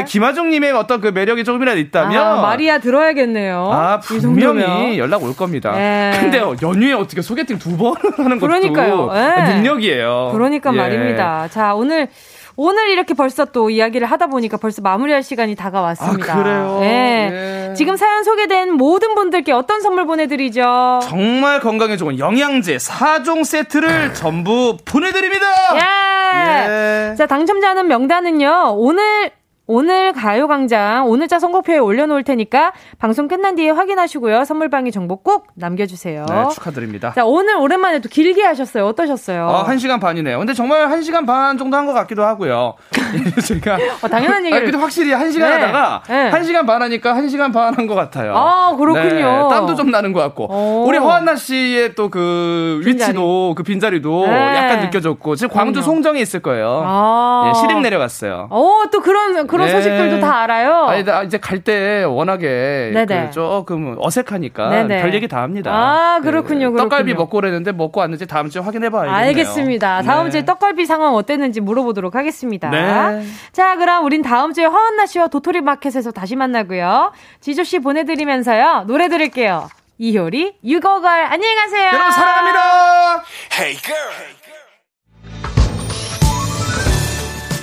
S6: 예, 김하중님의 어떤 그 매력이 조금이라도 있다면.
S1: 아, 마리아 들어야겠네요.
S6: 아,
S1: 이 정도면.
S6: 분명히 연락 올 겁니다.
S1: 네.
S6: 근데 연휴에 어떻게 소개팅 두 번 하는 것도
S1: 그러니까요. 네.
S6: 능력이에요.
S1: 그러니까
S6: 예.
S1: 말입니다. 자, 오늘 오늘 이렇게 벌써 또 이야기를 하다 보니까 벌써 마무리할 시간이 다가왔습니다.
S6: 아, 그래요?
S1: 예.
S6: 예.
S1: 지금 사연 소개된 모든 분들께 어떤 선물 보내드리죠?
S6: 어? 정말 건강에 좋은 영양제 4종 세트를 전부 보내드립니다.
S1: 네. 예.
S6: 예.
S1: 자, 당첨자는 명단은요, 오늘 오늘 가요광장 오늘자 선곡표에 올려놓을 테니까 방송 끝난 뒤에 확인하시고요. 선물방의 정보 꼭 남겨주세요.
S6: 네, 축하드립니다.
S1: 어? 자, 오늘 오랜만에 또 길게 하셨어요. 어떠셨어요?
S6: 아, 한 시간 반이네요. 근데 정말 한 시간 반 정도 한 것 같기도
S1: *laughs*
S6: 하고요. 예, 제가
S1: 어, 당연한 얘기를.
S6: 아니, 근데 확실히 한 시간
S1: 네,
S6: 하다가
S1: 네.
S6: 한 시간 반 하니까 한 시간 반 한 것 같아요.
S1: 아, 그렇군요. 어.
S6: 네, 땀도 좀 나는 것 같고
S1: 오.
S6: 우리 허한나 씨의 또 그 위치도 그 빈자리도
S1: 네.
S6: 약간 느껴졌고 지금 광주
S1: 그럼요.
S6: 송정에 있을 거예요.
S1: 아.
S6: 예, 시립 내려갔어요.
S1: 오, 또 그런, 그런
S6: 네.
S1: 소식들도 다 알아요.
S6: 아니, 나 이제 갈 때 워낙에
S1: 네네.
S6: 그 조금 어색하니까
S1: 네네.
S6: 별 얘기 다 합니다.
S1: 아, 그렇군요, 그렇군요.
S6: 떡갈비 먹고 그랬는데 먹고 왔는지 다음 주에 확인해 봐야겠네요.
S1: 알겠습니다. 다음
S6: 네.
S1: 주에 떡갈비 상황 어땠는지 물어보도록 하겠습니다.
S6: 네.
S1: 자, 그럼 우린 다음 주에 허은나 씨와 도토리 마켓에서 다시 만나고요. 지조 씨 보내드리면서요. 노래 들을게요. 이효리, 유거걸, 안녕히 가세요.
S6: 여러분 사랑합니다.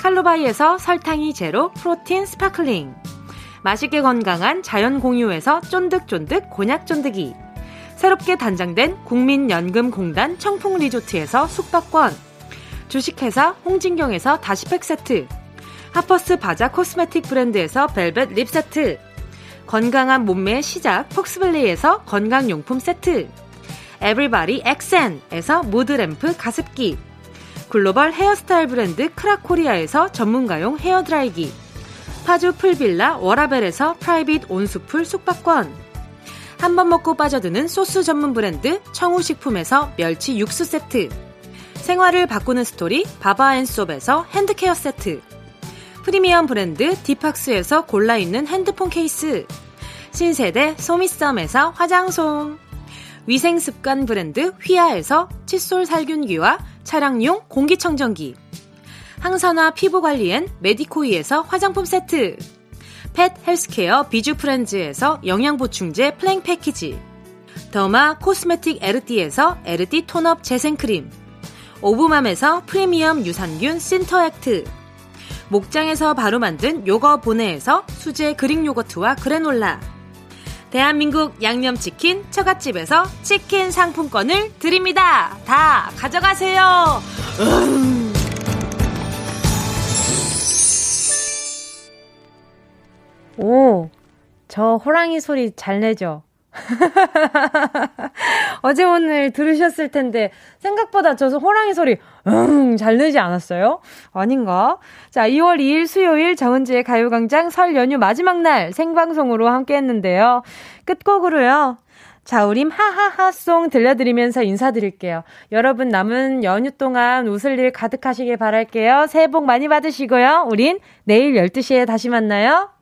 S1: 칼로바이에서 설탕이 제로 프로틴 스파클링 맛있게 건강한 자연 공유에서 쫀득쫀득 곤약 쫀득이 새롭게 단장된 국민연금공단 청풍리조트에서 숙박권 주식회사 홍진경에서 다시팩 세트 하퍼스 바자 코스메틱 브랜드에서 벨벳 립 세트 건강한 몸매의 시작 폭스블레이에서 건강용품 세트 에브리바디 엑센에서 무드램프 가습기 글로벌 헤어스타일 브랜드 크라코리아에서 전문가용 헤어드라이기 파주 풀빌라 워라벨에서 프라이빗 온수풀 숙박권 한 번 먹고 빠져드는 소스 전문 브랜드 청우식품에서 멸치 육수 세트 생활을 바꾸는 스토리 바바앤솝에서 핸드케어 세트 프리미엄 브랜드 디팍스에서 골라있는 핸드폰 케이스 신세대 소미썸에서 화장솜 위생습관 브랜드 휘하에서 칫솔 살균기와 차량용 공기청정기 항산화 피부관리엔 메디코이에서 화장품 세트 펫 헬스케어 비주프렌즈에서 영양보충제 플랭 패키지 더마 코스메틱 에르띠에서 에르띠 톤업 재생크림 오브맘에서 프리미엄 유산균 신터액트 목장에서 바로 만든 요거 보내에서 수제 그릭 요거트와 그래놀라 대한민국 양념치킨 처갓집에서 치킨 상품권을 드립니다. 다 가져가세요. 음. 오, 저 호랑이 소리 잘 내죠? *laughs* 어제 오늘 들으셨을 텐데 생각보다 저 호랑이 소리 응, 잘 내지 않았어요? 아닌가? 자, 2월 2일 수요일 정은지의 가요광장 설 연휴 마지막 날 생방송으로 함께 했는데요. 끝곡으로요. 자우림 하하하송 들려드리면서 인사드릴게요. 여러분 남은 연휴 동안 웃을 일 가득하시길 바랄게요. 새해 복 많이 받으시고요. 우린 내일 12시에 다시 만나요.